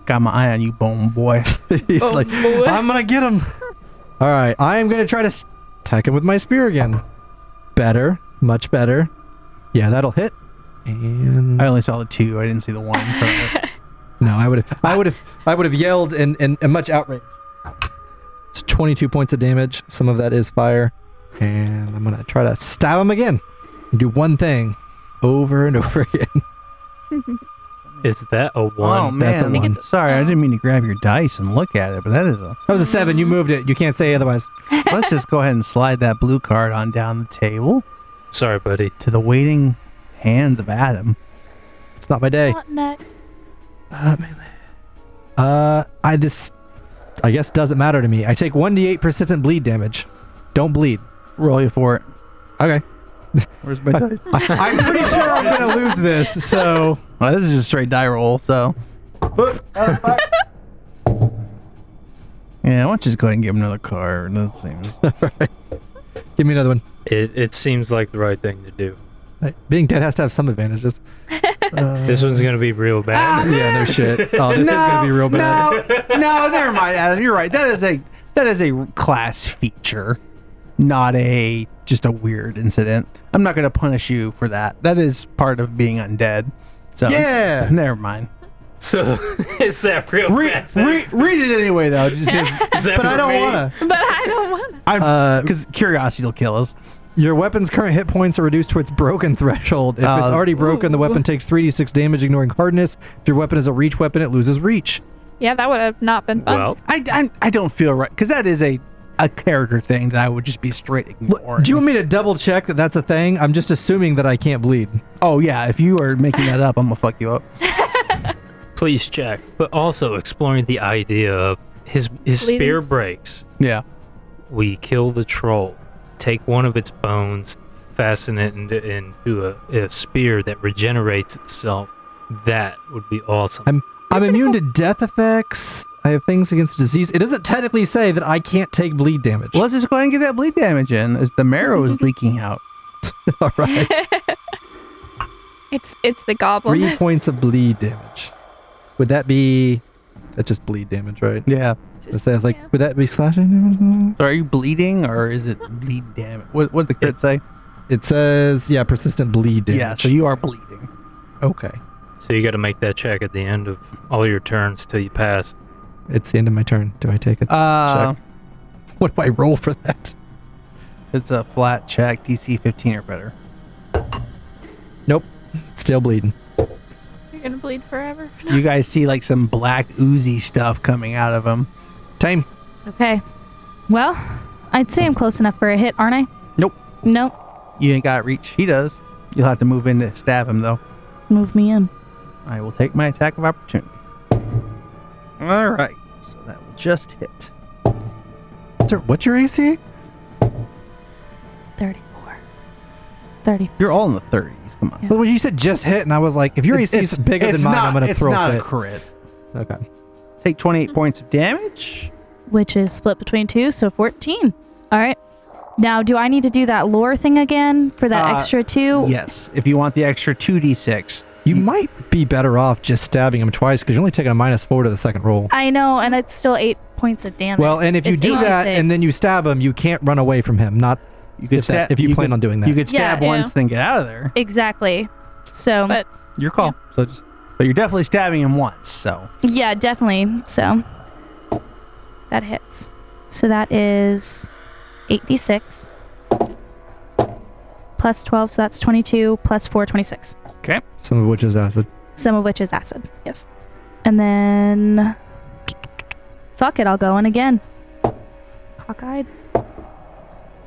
Speaker 1: Got my eye on you, bone boy.
Speaker 3: *laughs* He's
Speaker 5: Oh,
Speaker 3: like,
Speaker 5: boy.
Speaker 3: I'm gonna get him. All right, I am gonna try to s- attack him with my spear again. Better, much better. Yeah, that'll hit. And
Speaker 1: I only saw the two. I didn't see the one. So
Speaker 3: no, I would have, I would have, I would have yelled and and, and much outrage. It's 22 points of damage. Some of that is fire, and I'm gonna try to stab him again. And do one thing, over and *laughs* over again.
Speaker 2: Is that a
Speaker 1: oh
Speaker 2: one?
Speaker 3: That's a
Speaker 1: man,
Speaker 3: one.
Speaker 1: sorry, I didn't mean to grab your dice and look at it, but that is *laughs* a.
Speaker 3: That was a seven. You moved it. You can't say otherwise.
Speaker 1: Let's just go ahead and slide that blue card on down the table
Speaker 2: Sorry, buddy.
Speaker 1: to the waiting hands of Adam.
Speaker 3: It's not my day.
Speaker 4: Not next.
Speaker 3: Uh, melee. Uh, I this, I guess doesn't matter to me. I take one d8 persistent bleed damage. Don't bleed.
Speaker 1: Roll you for it.
Speaker 3: Okay.
Speaker 1: Where's my dice?
Speaker 3: I, am pretty sure I'm gonna lose this. *laughs* So
Speaker 1: Well, this is just straight die roll, so. yeah, why don't you just go ahead and give him another card? That seems.
Speaker 3: Alright. give me another one.
Speaker 2: It it seems like the right thing to do.
Speaker 3: Hey, Being dead has to have some advantages. Uh,
Speaker 2: This one's gonna be real bad.
Speaker 5: Ah.
Speaker 3: yeah, *laughs* no shit. Oh, this is gonna be real bad. *laughs*
Speaker 1: No, no, never mind, Adam. You're right. That is a that is a class feature, not a just a weird incident. I'm not going to punish you for that. That is part of being undead. So
Speaker 3: Yeah.
Speaker 1: never mind.
Speaker 2: *laughs* So *laughs* is that real
Speaker 1: Re-
Speaker 2: bad? thing?
Speaker 1: re- read it anyway, though. Just, just
Speaker 3: *laughs*
Speaker 2: Is that
Speaker 3: But I
Speaker 2: for
Speaker 3: don't
Speaker 2: me?
Speaker 3: wanna.
Speaker 5: But I don't want to.
Speaker 1: I'm
Speaker 3: Uh,
Speaker 1: because curiosity will kill us.
Speaker 3: Your weapon's current hit points are reduced to its broken *laughs* threshold. If it's
Speaker 1: Uh,
Speaker 3: already broken, the weapon takes 3d6 damage, ignoring hardness. If your weapon is a reach weapon, it loses reach.
Speaker 5: Yeah, that would have not been fun.
Speaker 2: Well,
Speaker 1: I, I, I don't feel right because that is a a character thing that I would just be straight
Speaker 3: Look,
Speaker 1: ignoring.
Speaker 3: do you want me to double check that that's a thing? I'm just assuming that I can't bleed.
Speaker 1: oh yeah, if you are making that up, I'm gonna fuck you up.
Speaker 2: please check. But also exploring the idea of his his spear
Speaker 5: Please.
Speaker 2: breaks.
Speaker 1: Yeah.
Speaker 2: We kill the troll, take one of its bones, fasten it into, into a, a spear that regenerates itself. That would be awesome.
Speaker 3: I'm I'm immune to death effects. I have things against disease. It doesn't technically say that I can't take bleed damage.
Speaker 1: Well, let's just go ahead and get that bleed damage in as the marrow *laughs* is leaking out.
Speaker 3: *laughs* All right. *laughs*
Speaker 5: It's it's the goblin.
Speaker 3: Three points of bleed damage. Would that be? That's just bleed damage, right?
Speaker 1: Yeah.
Speaker 3: It says like,
Speaker 5: Yeah.
Speaker 3: would that be slashing damage?
Speaker 1: So are you bleeding or is it bleed damage? What what did the crit say?
Speaker 3: It says, yeah, persistent bleed damage.
Speaker 1: Yeah, so you are bleeding.
Speaker 3: okay?
Speaker 2: So you got to make that check at the end of all your turns till you pass.
Speaker 3: It's the end of my turn. Do I take it?
Speaker 1: Uh,
Speaker 3: what do I roll for that?
Speaker 1: it's a flat check, DC 15 or better.
Speaker 3: Nope. Still bleeding.
Speaker 5: You're going to bleed forever. *laughs*
Speaker 1: You guys see like some black oozy stuff coming out of him.
Speaker 3: Time.
Speaker 4: Okay. Well, I'd say I'm close enough for a hit, aren't I?
Speaker 1: Nope.
Speaker 4: Nope.
Speaker 1: You ain't got reach. He does. You'll have to move in to stab him, though.
Speaker 4: Move me in.
Speaker 1: I will take my attack of opportunity. All right. So that will just hit.
Speaker 3: Sir, what's your AC?
Speaker 4: 34. 30.
Speaker 1: You're all in the 30s. Come on.
Speaker 4: Yeah.
Speaker 3: Well, when you said just hit, and I was like, if your AC is bigger than
Speaker 1: it's
Speaker 3: mine,
Speaker 1: not-
Speaker 3: I'm gonna
Speaker 1: it's
Speaker 3: throw
Speaker 1: not
Speaker 3: a
Speaker 1: a crit.
Speaker 3: fit. Okay.
Speaker 1: Take
Speaker 4: Mm-hmm.
Speaker 1: 28 points of damage.
Speaker 4: Which is split between two, so 14. All right. Now, do I need to do that lore thing again for that
Speaker 1: Uh,
Speaker 4: extra two?
Speaker 1: Yes. If you want the extra 2d6.
Speaker 3: You might be better off just stabbing him twice because you're only taking a minus four to the second roll.
Speaker 4: I know, and it's still eight points of damage.
Speaker 3: Well, and if you
Speaker 4: It's
Speaker 3: do that
Speaker 4: 86.
Speaker 3: and then you stab him, you can't run away from him. Not
Speaker 1: You
Speaker 3: if, that,
Speaker 1: sta-
Speaker 3: if you, plan
Speaker 1: could-
Speaker 3: on doing that.
Speaker 1: You could
Speaker 4: Yeah,
Speaker 1: stab once,
Speaker 5: yeah.
Speaker 1: then get out of there.
Speaker 4: Exactly. So,
Speaker 5: But-
Speaker 1: Your call. So just, but you're definitely stabbing him once. So
Speaker 4: yeah, definitely. So, that hits. So, that is 86 plus 12, so that's 22 plus 4, 26.
Speaker 3: Some of which is acid.
Speaker 4: Some of which is acid. Yes. And then. Fuck it, I'll go in again. Cockeyed.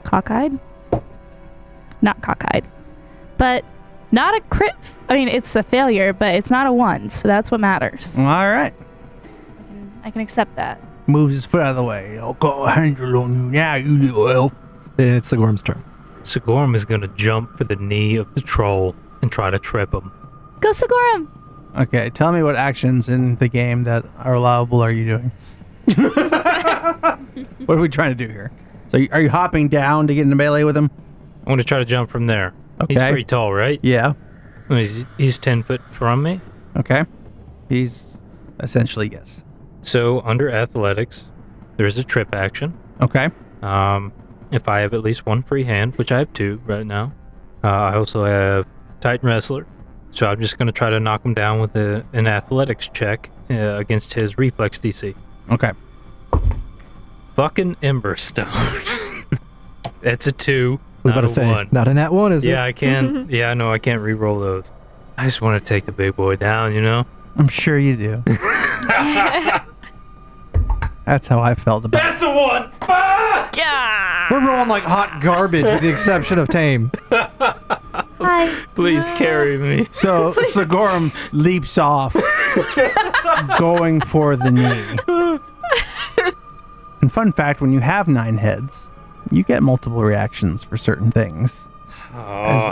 Speaker 4: Cockeyed? Not cockeyed. But not a crit. I mean, it's a failure, but it's not a one, so that's what matters.
Speaker 1: all right.
Speaker 4: I can- I can accept that.
Speaker 1: Moves his foot out of the way. I'll go handle on you now, you little elf.
Speaker 3: And it's Sigorm's turn.
Speaker 2: Sigorm is going to jump for the knee of the troll and try to trip him.
Speaker 4: Go, Sigorum!
Speaker 1: Okay, tell me what actions in the game that are allowable are you
Speaker 4: *laughs*
Speaker 1: doing? what are we trying to do here? So you- are you hopping down to get into melee with him?
Speaker 2: I'm going to try to jump from there. He's
Speaker 1: Okay.
Speaker 2: pretty tall, right?
Speaker 1: Yeah.
Speaker 2: He's, he's 10 foot from me.
Speaker 1: Okay. He's essentially yes.
Speaker 2: So under athletics, there's a trip action.
Speaker 1: Okay.
Speaker 2: Um, if I have at least one free hand, which I have two right now, uh, I also have Titan Wrestler. So I'm just going to try to knock him down with a, an athletics check uh, against his reflex DC.
Speaker 1: Okay.
Speaker 2: Fucking Ember Stone. *laughs* That's a two.
Speaker 3: I was
Speaker 2: not
Speaker 3: about to
Speaker 2: a
Speaker 3: say,
Speaker 2: one.
Speaker 3: not in that one, is
Speaker 2: Yeah,
Speaker 3: it?
Speaker 2: I can. yeah, I know. I can't re-roll those. I just want to take the big boy down, you know.
Speaker 1: I'm sure you do. That's how I felt about
Speaker 2: That's a one.
Speaker 5: Yeah.
Speaker 3: We're rolling like hot garbage *laughs* with the exception of Tame.
Speaker 4: Hi.
Speaker 2: Please carry
Speaker 3: *laughs*
Speaker 2: me.
Speaker 1: it. So Sigorum leaps off, going for the knee. And fun fact when you have nine heads, you get multiple reactions for certain things.
Speaker 2: Oh,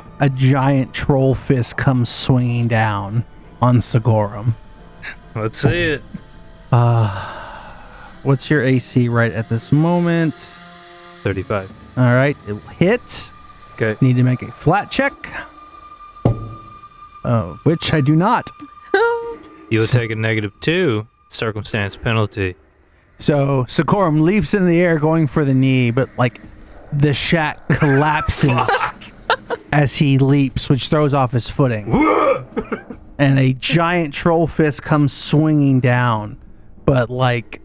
Speaker 1: As a giant troll fist comes swinging down on Sigorum.
Speaker 2: let's see it.
Speaker 1: Uh, what's your AC right at this moment?
Speaker 2: Thirty-five.
Speaker 1: All right, it will hit.
Speaker 2: Okay.
Speaker 1: Need to make a flat check. Uh, which I do not.
Speaker 2: You will take a negative two circumstance penalty.
Speaker 1: So Sikorum leaps in the air, going for the knee, but like the shack collapses as he leaps, which throws off his footing. and a giant troll fist comes swinging down, but like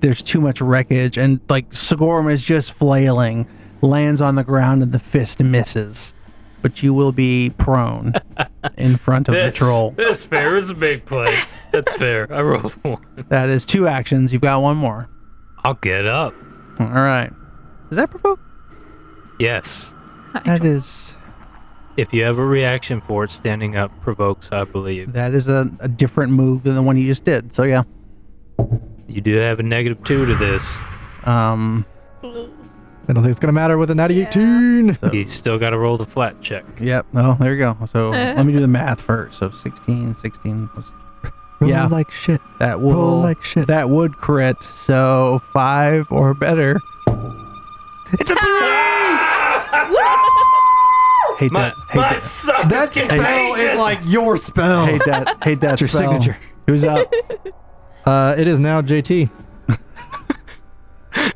Speaker 1: there's too much wreckage, and like Sikorum is just flailing, lands on the ground, and the fist misses. But you will be prone in front
Speaker 2: *laughs*
Speaker 1: of the troll.
Speaker 2: That's fair. It's a big play. That's fair. I rolled one.
Speaker 1: That is two actions. You've got one more.
Speaker 2: I'll get up.
Speaker 1: All right. Is that provoke?
Speaker 2: Yes.
Speaker 1: That is
Speaker 2: If you have a reaction for it, standing up provokes, I believe.
Speaker 1: that is a, a different move than the one you just did. So yeah.
Speaker 2: You do have a negative two to this.
Speaker 1: Um
Speaker 3: I don't think it's going to matter with a natty
Speaker 5: Yeah.
Speaker 3: 18.
Speaker 1: so,
Speaker 2: You still got to roll the flat check.
Speaker 1: Yep. Oh, there you go. So let me do the math first. So 16, 16 plus-
Speaker 3: *laughs* Roll
Speaker 1: Yeah.
Speaker 3: like shit.
Speaker 1: that
Speaker 3: Roll
Speaker 1: will
Speaker 3: like shit.
Speaker 1: that would crit. So 5 or better.
Speaker 3: It's a three!
Speaker 1: Hate that. Hate that.
Speaker 2: son
Speaker 3: that spell is like your spell.
Speaker 1: Hate that. Hate that
Speaker 3: *laughs* It's your
Speaker 1: spell.
Speaker 3: signature.
Speaker 1: Who's up?
Speaker 3: Uh, it is now JT.
Speaker 1: I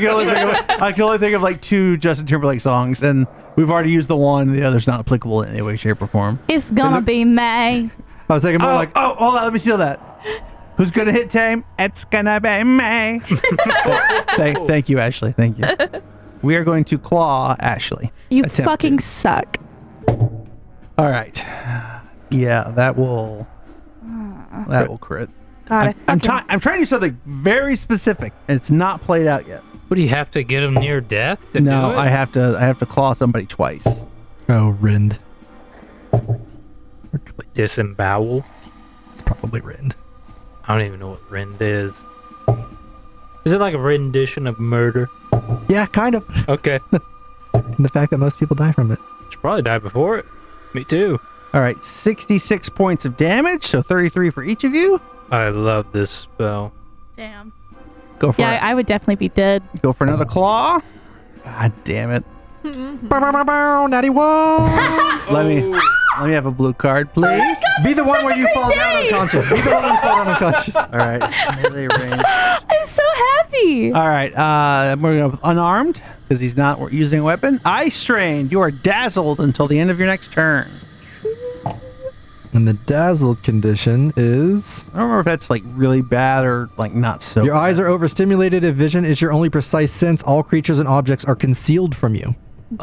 Speaker 1: can only think of I can only think of like two Justin Timberlake songs and we've already used the one, the other's not applicable in any way, shape, or form.
Speaker 4: It's gonna be May.
Speaker 3: I was thinking more
Speaker 1: Oh,
Speaker 3: like,
Speaker 1: oh, hold on, let me steal that. Who's gonna hit Tame? It's gonna be *laughs* me. thank, thank you, Ashley. Thank *laughs* you. We are going to claw Ashley.
Speaker 4: You
Speaker 1: Attempted.
Speaker 4: fucking suck.
Speaker 1: All right. Yeah, that will that will crit.
Speaker 4: God, I
Speaker 1: I'm, I'm,
Speaker 4: fucking-
Speaker 1: try- I'm trying to do something very specific, and it's not played out yet.
Speaker 2: What do you have to get him near death? To
Speaker 1: no,
Speaker 2: do it?
Speaker 1: I have to. I have to claw somebody twice.
Speaker 3: Oh, Rind.
Speaker 2: disembowel.
Speaker 3: It's probably Rind.
Speaker 2: I don't even know what rend is. Is it like a rendition of murder?
Speaker 3: Yeah, kind of.
Speaker 2: Okay,
Speaker 3: And the fact that most people die from it.
Speaker 2: should probably die before it. Me too.
Speaker 1: All right, 66 points of damage, so 33 for each of you.
Speaker 2: I love this spell.
Speaker 4: Damn.
Speaker 1: Go for
Speaker 4: Yeah, I, I would definitely be dead.
Speaker 1: go for another claw. God damn it!
Speaker 5: Mhm.
Speaker 3: Bow, bow, bow, bow, Natty *laughs* one.
Speaker 1: Let me let me have a blue card, please.
Speaker 3: Be the one where you fall down
Speaker 4: day.
Speaker 3: unconscious. Be the one where you fall down unconscious.
Speaker 1: All right, melee range.
Speaker 4: I'm so happy.
Speaker 1: All right, uh, we're going to unarmed because he's not using a weapon. Eye strained. You are dazzled until the end of your next turn.
Speaker 3: *laughs* And the dazzled condition is
Speaker 1: I don't remember if that's like really bad or like not so.
Speaker 3: your eyes are overstimulated. If vision is your only precise sense, all creatures and objects are concealed from you.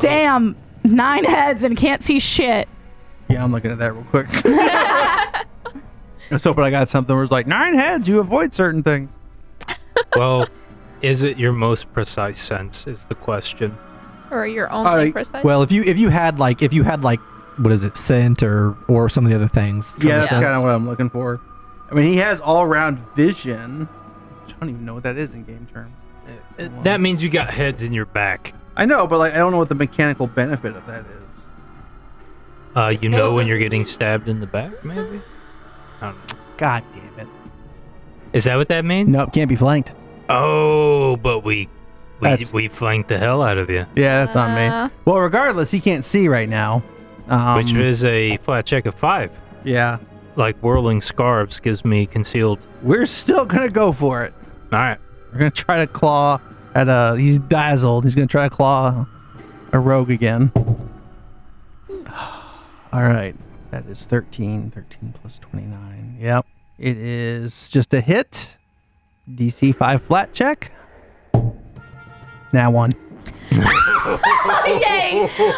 Speaker 4: Damn. Nine heads and can't see shit. *laughs*
Speaker 1: Yeah, I'm looking at that real quick. *laughs* I was hoping I got something where it's like nine heads. You avoid certain things.
Speaker 2: well, is it your most precise sense? Is the question.
Speaker 5: Or your
Speaker 3: All
Speaker 5: only
Speaker 3: right,
Speaker 5: precise.
Speaker 3: Well, if you if you had like if you had like what is it scent or or some of the other things.
Speaker 1: Yeah, that's
Speaker 3: tremor
Speaker 1: kind of
Speaker 3: sense.
Speaker 1: what I'm looking for. I mean, he has all round vision. I don't even know what that is in game terms.
Speaker 2: Uh, uh, That means you got heads in your back.
Speaker 1: I know, but like I don't know what the mechanical benefit of that is.
Speaker 2: Uh, you know when you're getting stabbed in the back, maybe. I don't know.
Speaker 1: God damn it!
Speaker 2: Is that what that means?
Speaker 1: Nope, can't be flanked.
Speaker 2: Oh, but we we
Speaker 1: That's-
Speaker 2: we flanked the hell out of you,
Speaker 1: Yeah, that's on me.
Speaker 5: Uh,
Speaker 1: Well, regardless, he can't see right now. Um,
Speaker 2: which is a flat check of five.
Speaker 1: yeah,
Speaker 2: Like whirling scarves gives me concealed.
Speaker 1: we're still gonna go for it.
Speaker 2: All right.
Speaker 1: We're gonna try to claw at a. He's dazzled. He's gonna try to claw a rogue again. *sighs* All right, that is 13. 13 plus 29. Yep, it is just a hit. DC five flat check. Now one.
Speaker 4: Yay.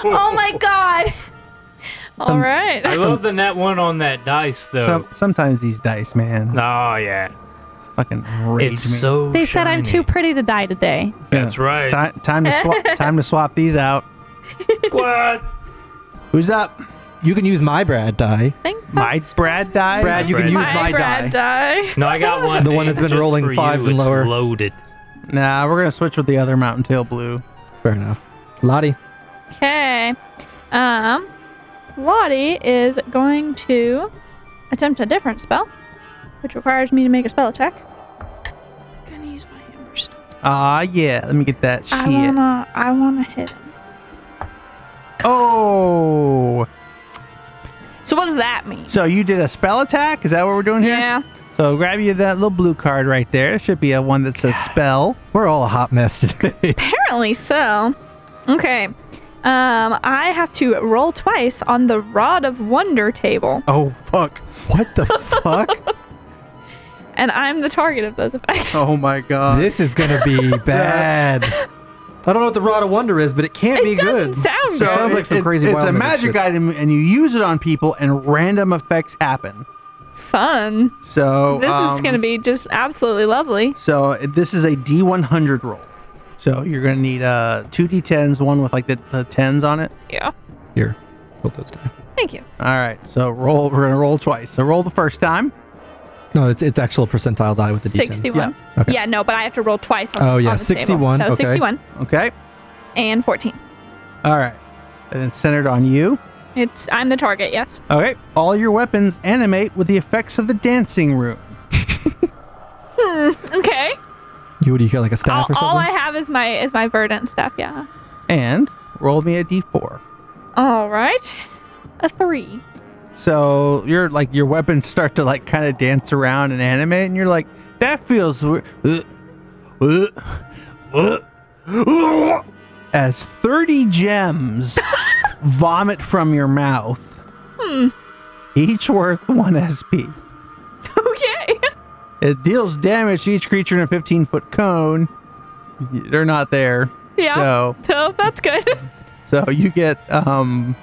Speaker 4: Oh my god.
Speaker 5: all right.
Speaker 2: I love the net one on that dice though.
Speaker 1: Some, sometimes these dice, man,
Speaker 2: oh yeah,
Speaker 1: fucking rage
Speaker 2: it's
Speaker 1: me.
Speaker 2: so.
Speaker 4: They said I'm too
Speaker 2: shiny.
Speaker 4: pretty to die today.
Speaker 2: That's right.
Speaker 1: Time, time to swap. time to swap these out.
Speaker 2: What?
Speaker 1: Who's up?
Speaker 3: You can use my Brad die.
Speaker 5: I think
Speaker 1: My Brad died.
Speaker 3: Brad, you can
Speaker 2: Brad.
Speaker 3: use my
Speaker 5: my
Speaker 3: die.
Speaker 5: Brad die.
Speaker 2: No, I
Speaker 4: *laughs*
Speaker 2: got one.
Speaker 3: The one that's
Speaker 2: aimed
Speaker 3: been
Speaker 2: just
Speaker 3: rolling
Speaker 2: for you.
Speaker 3: fives and
Speaker 2: It's
Speaker 3: lower.
Speaker 2: Loaded.
Speaker 1: Nah, we're gonna switch with the other Mountain Tail Blue.
Speaker 3: Fair enough. Lottie.
Speaker 5: Okay. Um, Lottie is going to attempt a different spell, which requires me to make a spell attack. gonna use my amber stuff.
Speaker 1: Ah, yeah. Let me get that shit.
Speaker 5: I wanna, I wanna hit him.
Speaker 1: Oh,
Speaker 5: So what does that mean?
Speaker 1: so you did a spell attack? Is that what we're doing here?
Speaker 5: Yeah.
Speaker 1: So grab you that little blue card right there. It should be a one that says spell.
Speaker 3: We're all a hot mess
Speaker 5: *laughs*
Speaker 3: today.
Speaker 5: Apparently so. Okay. Um, I have to roll twice on the Rod of Wonder table,
Speaker 1: Oh fuck!
Speaker 3: what the
Speaker 1: *laughs*
Speaker 3: fuck?
Speaker 5: and I'm the target of those effects. *laughs*
Speaker 1: Oh my god!
Speaker 3: This is gonna be bad. I don't know what the Rod of Wonder is, but it can't
Speaker 5: it
Speaker 3: be
Speaker 5: doesn't
Speaker 3: good. So-
Speaker 5: sound good.
Speaker 3: sounds like some crazy
Speaker 1: It's
Speaker 3: Wild
Speaker 1: a
Speaker 3: Magic
Speaker 1: magic
Speaker 3: shit.
Speaker 1: item, and you use it on people, and random effects happen.
Speaker 5: Fun.
Speaker 1: So
Speaker 5: this is
Speaker 1: um,
Speaker 5: gonna be just absolutely lovely.
Speaker 1: So this is a D100 roll. So you're gonna need uh two D10s, one with like the, the tens on it.
Speaker 5: Yeah.
Speaker 3: Here, hold those down.
Speaker 5: Thank you.
Speaker 1: All right. So roll. We're gonna roll twice. So roll the first time.
Speaker 3: No, it's it's actual percentile die with the d10.
Speaker 5: Sixty-one.
Speaker 3: Yeah. Okay.
Speaker 5: Yeah. No, but I have to roll twice. On,
Speaker 3: Oh, yeah,
Speaker 5: on this table.
Speaker 3: 61,
Speaker 5: So
Speaker 3: okay.
Speaker 5: sixty-one
Speaker 1: Okay.
Speaker 5: and fourteen.
Speaker 1: All right. And it's centered on you.
Speaker 5: It's I'm the target. Yes.
Speaker 1: Okay. All your weapons animate with the effects of the dancing room.
Speaker 5: Hmm. Okay.
Speaker 3: You what do you got like a staff
Speaker 5: All,
Speaker 3: or something?
Speaker 5: all I have is my is my verdant stuff. Yeah.
Speaker 1: And roll me a D4.
Speaker 5: All right. A three. *laughs*
Speaker 1: So your like your weapons start to like kind of dance around and animate, and you're like, that feels weird. *laughs* As 30 gems vomit from your mouth,
Speaker 5: Hmm.
Speaker 1: each worth 1 SP.
Speaker 5: Okay. *laughs*
Speaker 1: It deals damage to each creature in a 15 foot cone. They're not there.
Speaker 5: yeah.
Speaker 1: So,
Speaker 5: So that's good.
Speaker 1: so you get,
Speaker 5: *laughs*
Speaker 1: um,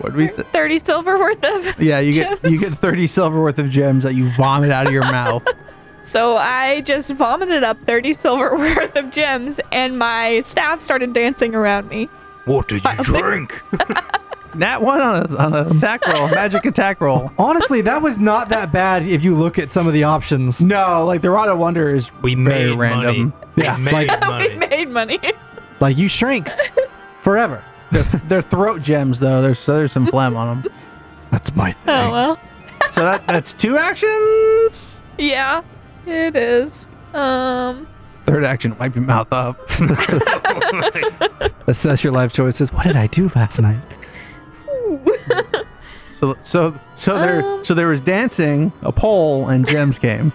Speaker 1: what do we say?
Speaker 5: 30 silver worth of.
Speaker 1: Yeah, you get you
Speaker 5: Gems. *laughs*
Speaker 1: get 30 silver worth of gems that you vomit out of your mouth.
Speaker 5: So I just vomited up 30 silver *laughs* worth of gems, and my staff started dancing around *laughs* me.
Speaker 2: What did
Speaker 5: I
Speaker 2: you
Speaker 5: think-
Speaker 2: drink?
Speaker 1: Nat one on a on an attack roll, magic attack roll.
Speaker 3: Honestly, that was not
Speaker 5: *laughs*
Speaker 3: that bad if you look at some of the options.
Speaker 1: No, like the Rod of Wonder is
Speaker 2: We
Speaker 1: very
Speaker 2: made
Speaker 1: random.
Speaker 2: money.
Speaker 3: Yeah,
Speaker 2: we made
Speaker 3: like-
Speaker 5: we
Speaker 2: money.
Speaker 5: made money.
Speaker 3: Like you
Speaker 5: *laughs*
Speaker 3: shrink forever.
Speaker 1: *laughs* They're throat gems though. There's so there's some phlegm on them.
Speaker 3: That's my thing.
Speaker 5: Oh well.
Speaker 1: So that, that's two actions.
Speaker 5: Yeah, it is. Um.
Speaker 1: Third action, wipe your mouth up.
Speaker 3: Assess your life choices. What did I do last night?
Speaker 1: So so so there
Speaker 5: Um.
Speaker 1: so there was dancing, a pole, and gems
Speaker 4: *laughs*
Speaker 1: came.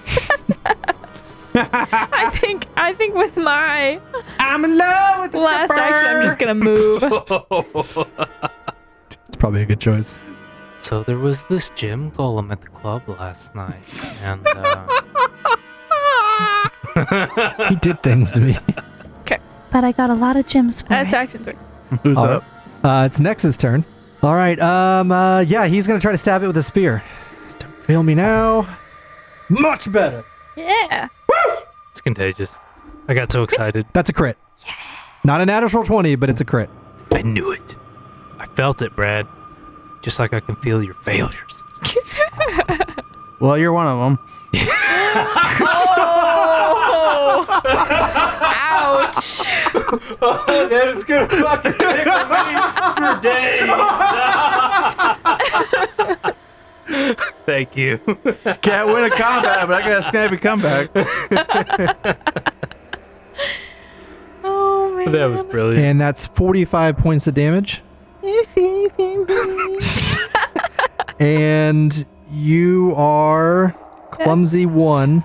Speaker 3: Ah.
Speaker 5: I think I think with my
Speaker 1: I'm in love with the *laughs*
Speaker 5: last
Speaker 1: stripper.
Speaker 5: action, I'm just gonna *laughs* move.
Speaker 2: *laughs*
Speaker 3: It's probably a good choice.
Speaker 2: so there was this gym golem at the club last night, and *laughs* uh...
Speaker 3: He did things to me.
Speaker 4: But I got a lot of gems for
Speaker 5: That's
Speaker 4: it.
Speaker 5: action three.
Speaker 1: Who's
Speaker 3: All
Speaker 1: up?
Speaker 3: Uh, it's Nex's turn. All right. Um. Uh, yeah, he's gonna try to stab it with a spear. Don't fail me now. Much better.
Speaker 5: Yeah.
Speaker 2: it's contagious. I got so excited.
Speaker 3: That's a crit. Not an natural twenty, but it's a crit.
Speaker 2: I knew it. I felt it, Brad. Just like I can feel your failures.
Speaker 1: Well, you're one of them.
Speaker 5: *laughs* Oh! Ouch!
Speaker 2: Oh, *laughs* that is gonna fucking tickle me for days. *laughs* Thank you.
Speaker 1: Can't win a combat, but I got a snappy *laughs* comeback.
Speaker 5: Oh man.
Speaker 2: That was brilliant.
Speaker 3: And that's 45 points of damage. and you are clumsy one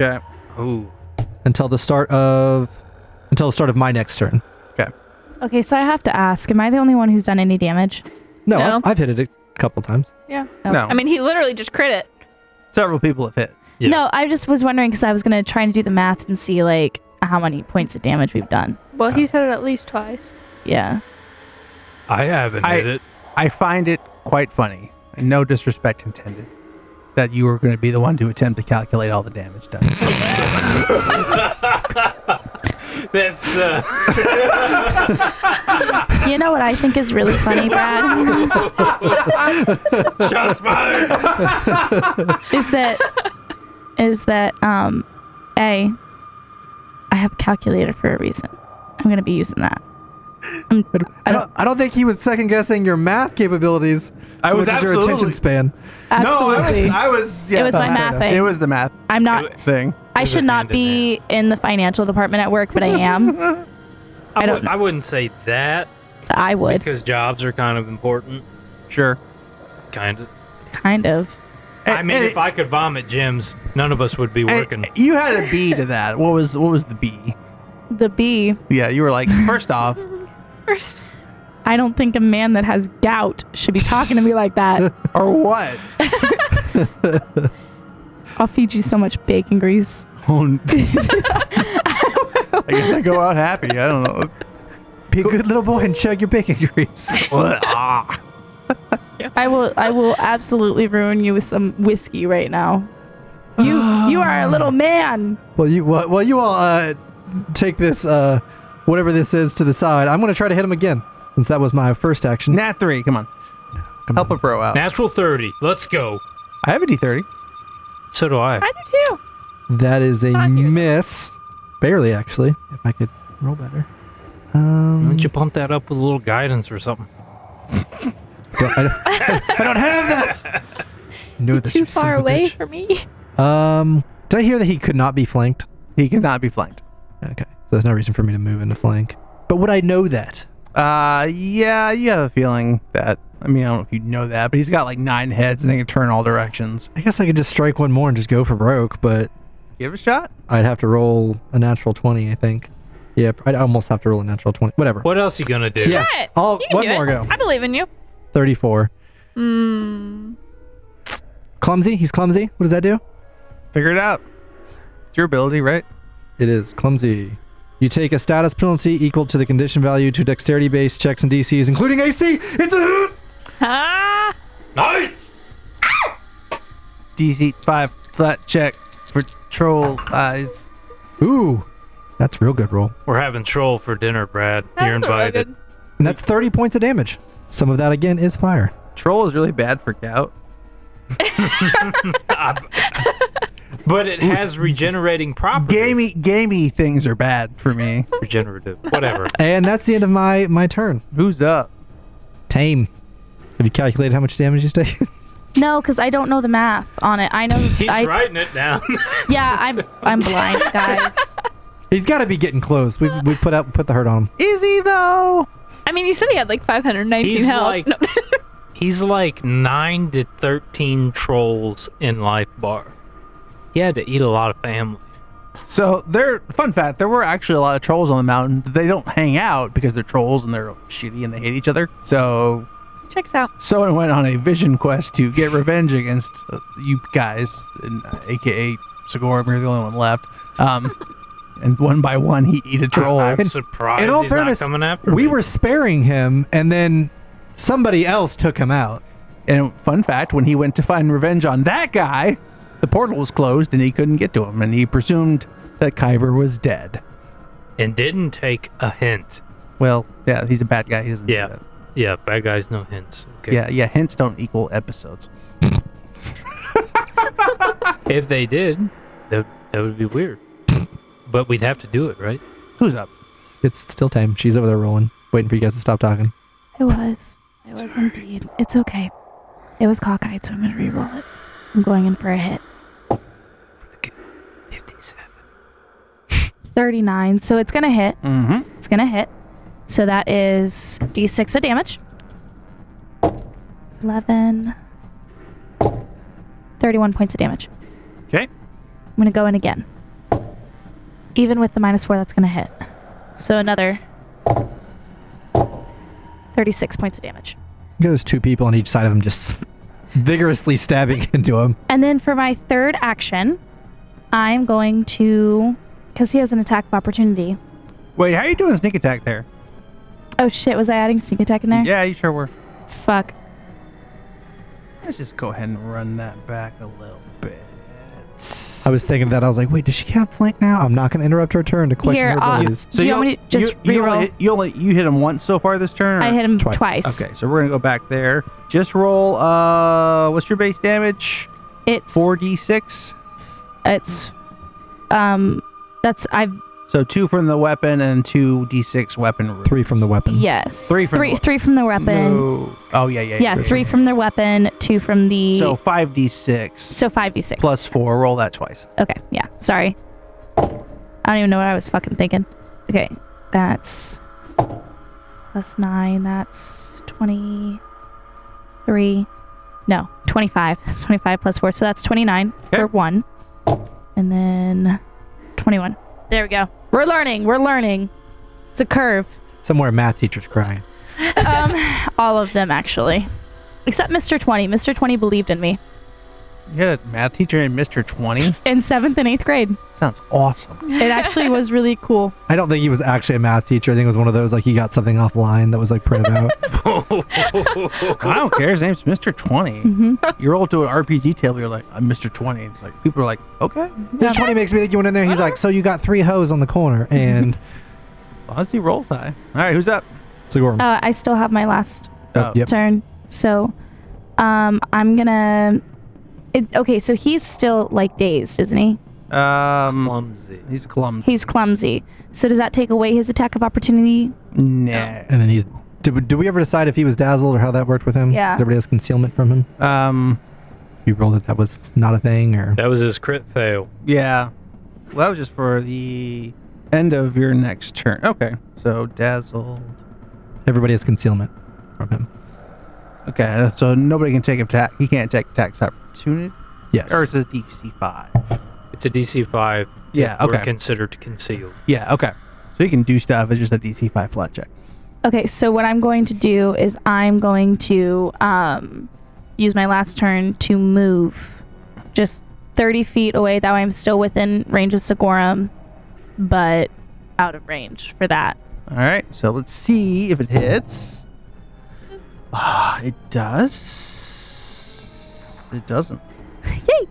Speaker 1: Okay.
Speaker 2: Ooh.
Speaker 3: until the start of until the start of my next turn.
Speaker 4: Okay, so I have to ask, am I the only one who's done any damage?
Speaker 3: No,
Speaker 5: No.
Speaker 3: I've, I've hit it a couple times.
Speaker 1: No,
Speaker 5: I mean, he literally just crit it.
Speaker 1: several people have hit.
Speaker 2: Yeah.
Speaker 4: No, I just was wondering because I was gonna try and do the math and see like how many points of damage we've done.
Speaker 5: Well, he's hit it at least twice.
Speaker 4: Yeah.
Speaker 2: I haven't
Speaker 1: I-
Speaker 2: hit it.
Speaker 1: I find it quite funny, and no disrespect intended, that you were going to be the one to attempt to calculate all the damage
Speaker 4: *laughs*
Speaker 1: done.
Speaker 2: That's uh *laughs*
Speaker 4: You know what I think is really funny, Brad,
Speaker 2: shots fired.
Speaker 4: is that is that um, a I have a calculator for a reason. I'm gonna be using that. I'm,
Speaker 3: I don't, I don't think he was second guessing your math capabilities.
Speaker 1: I
Speaker 3: so
Speaker 1: was
Speaker 3: much as your attention
Speaker 1: absolutely-
Speaker 3: span.
Speaker 4: absolutely.
Speaker 1: No, I was. I was yeah,
Speaker 4: it was my math thing.
Speaker 1: It was the math
Speaker 4: I'm not.
Speaker 1: thing.
Speaker 4: I should not be in the financial department at work, but I am.
Speaker 2: I,
Speaker 4: I don't
Speaker 2: would,
Speaker 4: know.
Speaker 2: I wouldn't say that
Speaker 4: I would
Speaker 2: because jobs are kind of important.
Speaker 1: Sure.
Speaker 2: Kind of.
Speaker 4: kind of.
Speaker 2: I mean, if I could vomit gyms, none of us would be working.
Speaker 1: you had a B to that. What was what was the B?
Speaker 4: The B.
Speaker 1: Yeah, you were like, first off,
Speaker 5: First,
Speaker 4: I don't think a man that has gout should be talking to me like that.
Speaker 1: or what?
Speaker 4: I'll feed you so much bacon grease.
Speaker 1: Oh, *laughs* I guess I go out happy. I don't know.
Speaker 3: Be a good little boy and chug your bacon grease.
Speaker 1: Ah.
Speaker 4: I will. I will absolutely ruin you with some whiskey right now. You. you are a little man.
Speaker 3: Well, you well, well you all uh, take this uh, whatever this is to the side. I'm gonna try to hit him again since that was my first action.
Speaker 1: Nat three. Come on,
Speaker 3: Come
Speaker 1: help
Speaker 3: on.
Speaker 1: a pro out.
Speaker 2: Natural 30. Let's go.
Speaker 1: I have a D thirty.
Speaker 2: So do I.
Speaker 5: I do too.
Speaker 3: That is a
Speaker 5: I hear that.
Speaker 3: miss. Barely, actually. If I could roll better.
Speaker 2: Why
Speaker 3: Um,
Speaker 2: don't you pump that up with a little guidance or something?
Speaker 3: don't- I, don't, I don't have
Speaker 1: *laughs*
Speaker 3: that. No,
Speaker 5: You're too far away
Speaker 3: *laughs*
Speaker 5: for me.
Speaker 3: Um, did I hear that he could not be flanked?
Speaker 1: He cannot be flanked.
Speaker 3: Okay, so there's no reason for me to move into flank. But would I know that?
Speaker 1: Uh, yeah, you have a feeling that. I mean, I don't know if you know that, but he's got like nine heads and they can turn all directions.
Speaker 3: I guess I could just strike one more and just go for broke, but
Speaker 1: Give it a shot.
Speaker 3: I'd have to roll a natural twenty, I think. Yep, I'd almost have to roll a natural twenty. Whatever.
Speaker 2: What else you gonna do?
Speaker 3: Yeah.
Speaker 5: Try it.
Speaker 3: I'll-
Speaker 5: You can
Speaker 3: Oh, one
Speaker 5: do
Speaker 3: more go.
Speaker 5: it. I believe in you.
Speaker 3: Thirty-four.
Speaker 5: Hmm. *laughs*
Speaker 3: Clumsy. He's clumsy. What does that do?
Speaker 1: Figure it out. It's your ability, right?
Speaker 3: It is clumsy. You take a status penalty equal to the condition value to dexterity based checks and DCs, including AC. It's a
Speaker 5: Ah.
Speaker 2: Nice.
Speaker 1: DC five flat check. for troll eyes.
Speaker 3: Ooh, that's real good roll.
Speaker 2: We're having troll for dinner, Brad. You're
Speaker 5: That's a real
Speaker 2: invited. *laughs*
Speaker 5: *laughs* good-
Speaker 3: And that's 30 points of damage. Some of that again is fire.
Speaker 1: Troll is really bad for gout.
Speaker 2: but it has regenerating properties.
Speaker 1: Gamey, gamey things are bad for me.
Speaker 2: Regenerative. Whatever.
Speaker 3: And that's the end of my my turn.
Speaker 1: Who's up?
Speaker 3: Tame. Have you calculated how much damage he's taken?
Speaker 4: No, because I don't know the math on it. I know.
Speaker 2: He's
Speaker 4: I,
Speaker 2: writing it down.
Speaker 4: Yeah, I'm I'm
Speaker 5: *laughs*
Speaker 4: blind, guys.
Speaker 3: *laughs* he's got to be getting close. We we put up put the hurt on him.
Speaker 1: Is he though?
Speaker 5: I mean, you said he had like 519
Speaker 2: He's
Speaker 5: health.
Speaker 2: like-
Speaker 5: No.
Speaker 2: He's like 9 to 13 trolls in life bar. He had to eat a lot of family.
Speaker 1: So there. Fun fact: there were actually a lot of trolls on the mountain. They don't hang out because they're trolls and they're shitty and they hate each other. So
Speaker 5: *laughs* Checks out.
Speaker 1: someone went on a vision quest to get revenge against uh, you guys, and, uh, aka Segor. We're the only one left. Um, and one by one, he eat a troll.
Speaker 2: I'm
Speaker 3: In-
Speaker 2: surprised
Speaker 3: in all
Speaker 2: he's
Speaker 3: fairness,
Speaker 2: not coming after
Speaker 3: We
Speaker 2: me.
Speaker 3: were sparing him, and then somebody else took him out.
Speaker 1: And fun fact, when he went to find revenge on that guy, the portal was closed and he couldn't get to him, and he presumed that Kyber was dead.
Speaker 2: and didn't take a hint.
Speaker 1: Well, yeah, he's a bad guy. He doesn't do
Speaker 2: Yeah.
Speaker 1: that.
Speaker 2: Yeah, bad guys no hints. Okay.
Speaker 1: yeah, yeah. Hints don't equal episodes.
Speaker 2: If they did, that that would be weird. But we'd have to do it, right?
Speaker 1: Who's up?
Speaker 3: It's still Tame. She's over there rolling, waiting for you guys to stop talking.
Speaker 4: I was. I was indeed. It's okay. It was cockeyed, so I'm gonna re-roll it. I'm going in for a hit.
Speaker 2: 57.
Speaker 4: 39. So it's gonna hit.
Speaker 1: Mm-hmm.
Speaker 4: It's gonna hit. So that is d6 of damage. 11. 31 points of damage.
Speaker 1: Okay.
Speaker 4: I'm gonna go in again. Even with the minus four, that's gonna hit. So another 36 points of damage.
Speaker 3: There's two people on each side of him, just vigorously stabbing *laughs* into him.
Speaker 4: And then for my third action, I'm going to, because he has an attack of opportunity.
Speaker 1: Wait, how are you doing sneak attack there?
Speaker 4: Oh shit, was I adding sneak attack in there?
Speaker 1: Yeah, you sure were.
Speaker 4: Fuck.
Speaker 1: Let's just go ahead and run that back a little bit.
Speaker 3: I was thinking that I was like, wait, does she have flank now? I'm not going to interrupt her turn to question
Speaker 4: Here,
Speaker 3: her
Speaker 4: uh,
Speaker 3: abilities.
Speaker 4: Do you want me to just
Speaker 1: you, you,
Speaker 4: reroll?
Speaker 1: only, hit- you only you hit him once so far this turn. or-
Speaker 4: I hit him
Speaker 3: Twice.
Speaker 4: twice.
Speaker 1: Okay, so we're gonna go back there. Just roll. Uh, what's your base damage?
Speaker 4: It's
Speaker 1: Four d six.
Speaker 4: It's um, that's I've
Speaker 1: So two from the weapon and two d6 weapon. rolls.
Speaker 3: Three from the weapon.
Speaker 4: yes.
Speaker 1: Three from
Speaker 4: three
Speaker 1: the
Speaker 4: three from the weapon.
Speaker 1: No. Oh yeah, yeah.
Speaker 4: Yeah, three from their weapon, two from the
Speaker 1: So five d6
Speaker 4: so five d six
Speaker 1: plus four. Roll that twice.
Speaker 4: Okay, yeah. Sorry. I don't even know what I was fucking thinking. Okay, that's plus nine. That's twenty-three. No, twenty-five. *laughs* Twenty-five plus four, so that's twenty-nine
Speaker 1: Okay.
Speaker 4: for one, and then twenty-one. There we go. We're learning. We're learning. It's
Speaker 1: *laughs*
Speaker 4: a curve.
Speaker 3: Somewhere a math teacher's crying.
Speaker 4: Um, all of them actually, except Mr. Twenty. Mr. Twenty believed in me
Speaker 1: You had a math teacher and Mr. Twenty.
Speaker 4: in seventh and eighth grade.
Speaker 1: Sounds
Speaker 4: *laughs*
Speaker 1: awesome. *laughs*
Speaker 4: It actually was really cool.
Speaker 3: I don't think he was actually a math teacher. I think it was one of those, like, he got something offline that was, like, printed out.
Speaker 4: *laughs*
Speaker 1: I
Speaker 2: *laughs*
Speaker 1: don't care. His name's Mr. Twenty.
Speaker 4: hmm
Speaker 1: You roll to an RPG table. You're like, I'm Mr. Twenty. It's like people are like, okay.
Speaker 3: Mr. 20 makes me think you went in there. He's like, so you got three hoes on the corner. And
Speaker 1: Honestly, roll high. All right, who's up?
Speaker 3: Sigourney.
Speaker 4: Uh, I still have my last
Speaker 1: Oh.
Speaker 3: yep.
Speaker 4: turn, so um, I'm gonna. It, okay, so he's still like dazed, isn't he?
Speaker 1: Um,
Speaker 2: Clumsy.
Speaker 1: he's clumsy.
Speaker 4: He's clumsy. So does that take away his attack of opportunity?
Speaker 1: Nah.
Speaker 3: And then he's. Did, we- did we ever decide if he was dazzled or how that worked with him?
Speaker 4: Yeah.
Speaker 3: Does everybody else concealment from him?
Speaker 1: Um,
Speaker 3: You rolled it. That was not a thing, or
Speaker 2: That was his crit fail.
Speaker 1: Yeah. Well, that was just for the end of your next turn. Okay. So dazzled.
Speaker 3: everybody has concealment from him.
Speaker 1: Okay. So nobody can take attack. He can't take tax opportunity.
Speaker 3: Yes.
Speaker 1: Or it says DC five.
Speaker 2: It's a DC 5.
Speaker 1: Yeah.
Speaker 2: We're
Speaker 1: Okay.
Speaker 2: considered concealed.
Speaker 1: Yeah. Okay. So he can do stuff. It's just a DC five flat check.
Speaker 4: Okay, so what I'm going to do is I'm going to um, use my last turn to move just 30 feet away. That way I'm still within range of Sigorum, but out of range for that. *laughs*
Speaker 1: All right. So let's see if it hits. Ah, it does. It doesn't.
Speaker 4: Yay!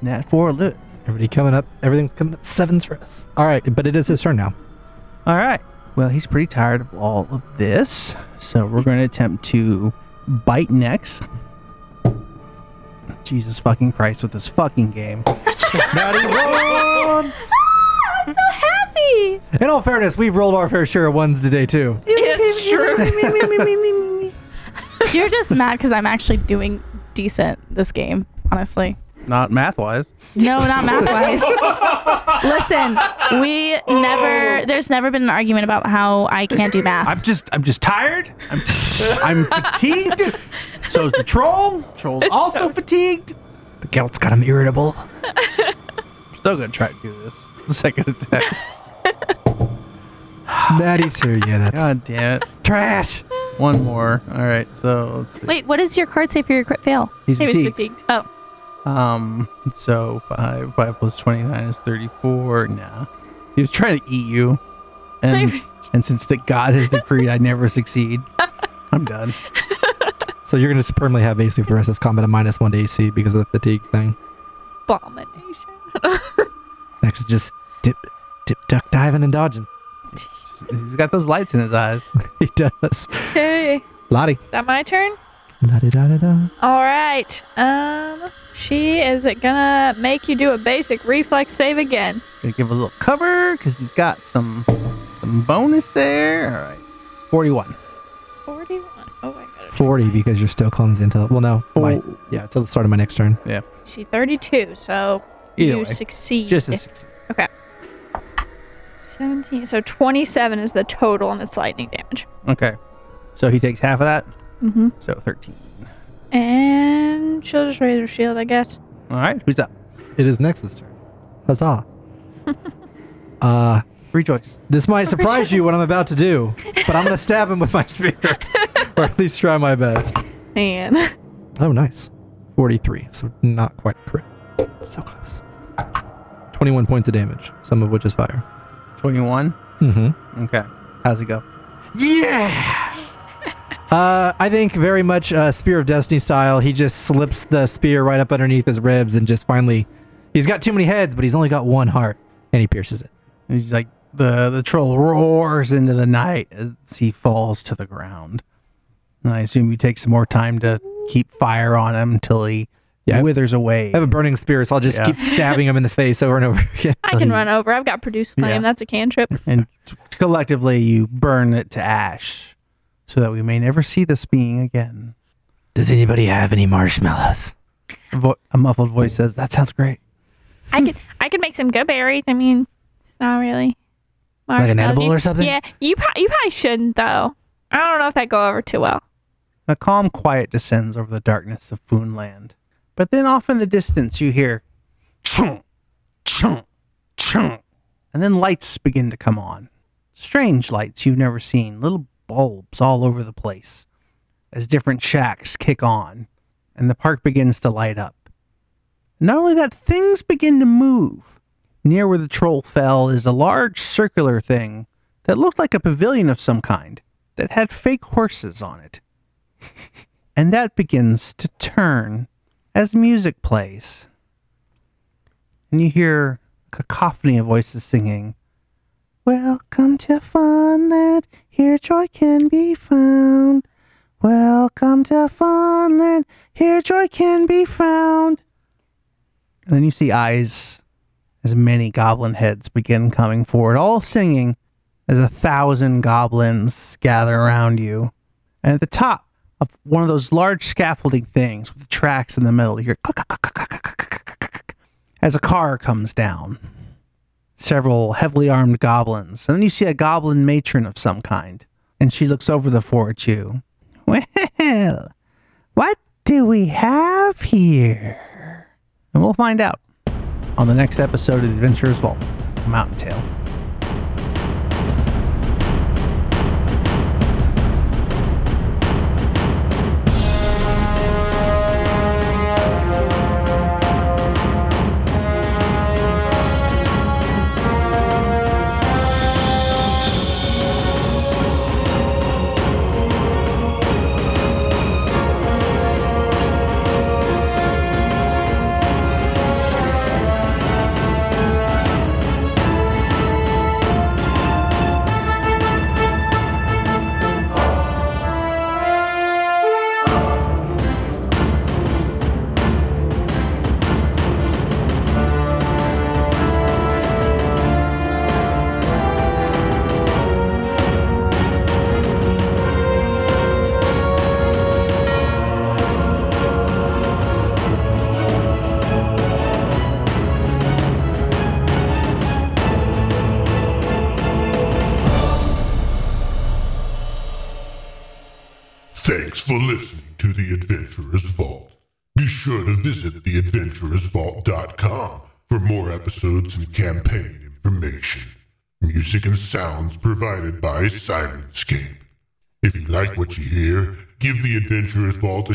Speaker 1: Nat four. Look.
Speaker 3: Everybody coming up. Everything's coming up sevens for us. All right, but it is his turn now.
Speaker 1: All right. Well, he's pretty tired of all of this, so we're going to attempt to bite necks. Jesus fucking Christ with this fucking game.
Speaker 3: Naughty one!
Speaker 4: Ah, I'm so happy.
Speaker 3: In all fairness, we've rolled our fair share of ones today too.
Speaker 5: It's true.
Speaker 3: *laughs*
Speaker 4: You're just mad because I'm actually doing decent this game, honestly.
Speaker 1: Not math wise.
Speaker 4: No,
Speaker 1: *laughs*
Speaker 4: not math wise. Listen, we never, there's never been an argument about how I can't do math.
Speaker 1: Oh. I'm just I'm just tired. I'm I'm fatigued. So is the troll. Troll's *laughs* also fatigued.
Speaker 3: The gout's got him irritable. *sighs*
Speaker 1: I'm still gonna try to do this. *laughs* The second attack.
Speaker 3: Natty too. Yeah, that's
Speaker 1: God damn it.
Speaker 3: trash.
Speaker 1: One more. All right. So let's see.
Speaker 4: Wait, what is your card say for your crit fail?
Speaker 1: He's
Speaker 5: He was
Speaker 1: fatigued.
Speaker 5: fatigued.
Speaker 4: Oh,
Speaker 1: Um. So five five plus twenty nine is thirty four. Nah. He was trying to eat you, and and since the God has decreed I never succeed, I'm done.
Speaker 3: So you're gonna permanently have AC for the rest of this combat, a minus one to AC because of the fatigue thing.
Speaker 5: Abomination.
Speaker 3: Next is just dip, dip, duck, diving, and dodging. *laughs*
Speaker 1: He's got those lights in his eyes.
Speaker 3: He does.
Speaker 5: Okay. Is
Speaker 3: Lottie.
Speaker 5: that my turn?
Speaker 3: La da da da da.
Speaker 5: All right. Um, she is gonna make you do a basic reflex save again.
Speaker 1: Gonna give a little cover because he's got some some bonus there. All right. Forty one.
Speaker 5: 41. Oh, I got it.
Speaker 3: 40 because you're still clumsy until well no my, yeah until the start of my next turn
Speaker 5: She 32, so
Speaker 1: Either
Speaker 5: you
Speaker 1: way,
Speaker 5: succeed.
Speaker 1: just a succeed.
Speaker 5: 17. So 27 is the total, and it's lightning damage.
Speaker 1: Okay. So he takes half of that.
Speaker 5: Mm-hmm.
Speaker 1: So thirteen.
Speaker 5: And she'll just raise her shield, I guess.
Speaker 1: All right. Who's up?
Speaker 3: it is next's turn huzzah uh
Speaker 1: Rejoice.
Speaker 3: this might surprise you what i'm about to do but i'm gonna stab him with my spear *laughs* or at least try my best
Speaker 5: *laughs* Man.
Speaker 3: oh nice 43 so not quite crit so close 21 points of damage some of which is fire
Speaker 1: Twenty one.
Speaker 3: mm-hmm
Speaker 1: Okay. How's it go?
Speaker 3: Uh, I think very much uh, Spear of Destiny style. He just slips the spear right up underneath his ribs and just finally. He's got too many heads, but he's only got one heart, and he pierces it.
Speaker 1: And he's like the the troll roars into the night as he falls to the ground. And I assume you take some more time to keep fire on him until he
Speaker 3: Yeah.
Speaker 1: withers away.
Speaker 3: I have a burning spear, so I'll just
Speaker 1: Yeah.
Speaker 3: keep stabbing him in the face over and over *laughs* again.
Speaker 5: I
Speaker 3: till
Speaker 5: can
Speaker 3: he-
Speaker 5: run over. I've got produce flame.
Speaker 1: Yeah.
Speaker 5: That's a cantrip.
Speaker 1: and t- collectively you burn it to ash so that we may never see this being again.
Speaker 3: Does anybody have any marshmallows?
Speaker 1: A, vo- a muffled voice says, "That sounds great."
Speaker 5: I could I could make some good berries. I mean, it's not really.
Speaker 3: Like an
Speaker 5: marshmallows.
Speaker 3: edible
Speaker 5: You-
Speaker 3: or something?
Speaker 5: Yeah, you pro- you probably shouldn't though. I don't know if that go over too well.
Speaker 1: A calm quiet descends over the darkness of Foonland. But then off in the distance you hear chunk, chunk, chunk, and then lights begin to come on. Strange lights you've never seen, little bulbs all over the place as different shacks kick on and the park begins to light up. Not only that, things begin to move. Near where the troll fell is a large circular thing that looked like a pavilion of some kind that had fake horses on it and that begins to turn as music plays. And you hear a cacophony of voices singing, Welcome to Funland, here joy can be found. Welcome to Funland, here joy can be found. And then you see eyes as many goblin heads begin coming forward, all singing as a thousand goblins gather around you. And at the top of one of those large scaffolding things with tracks in the middle, you hear click, click, click, click, click, click, click, click, click, click, as a car comes down. Several heavily armed goblins. And then you see a goblin matron of some kind. And she looks over the four at you. Well, what do we have here? And we'll find out on the next episode of Adventurer's Vault, Mountain Tale.
Speaker 6: Thanks for listening to The Adventurer's Vault. Be sure to visit theadventurersvault.com for more episodes and campaign information. Music and sounds provided by Sirenscape. If you like what you hear, give The Adventurer's Vault a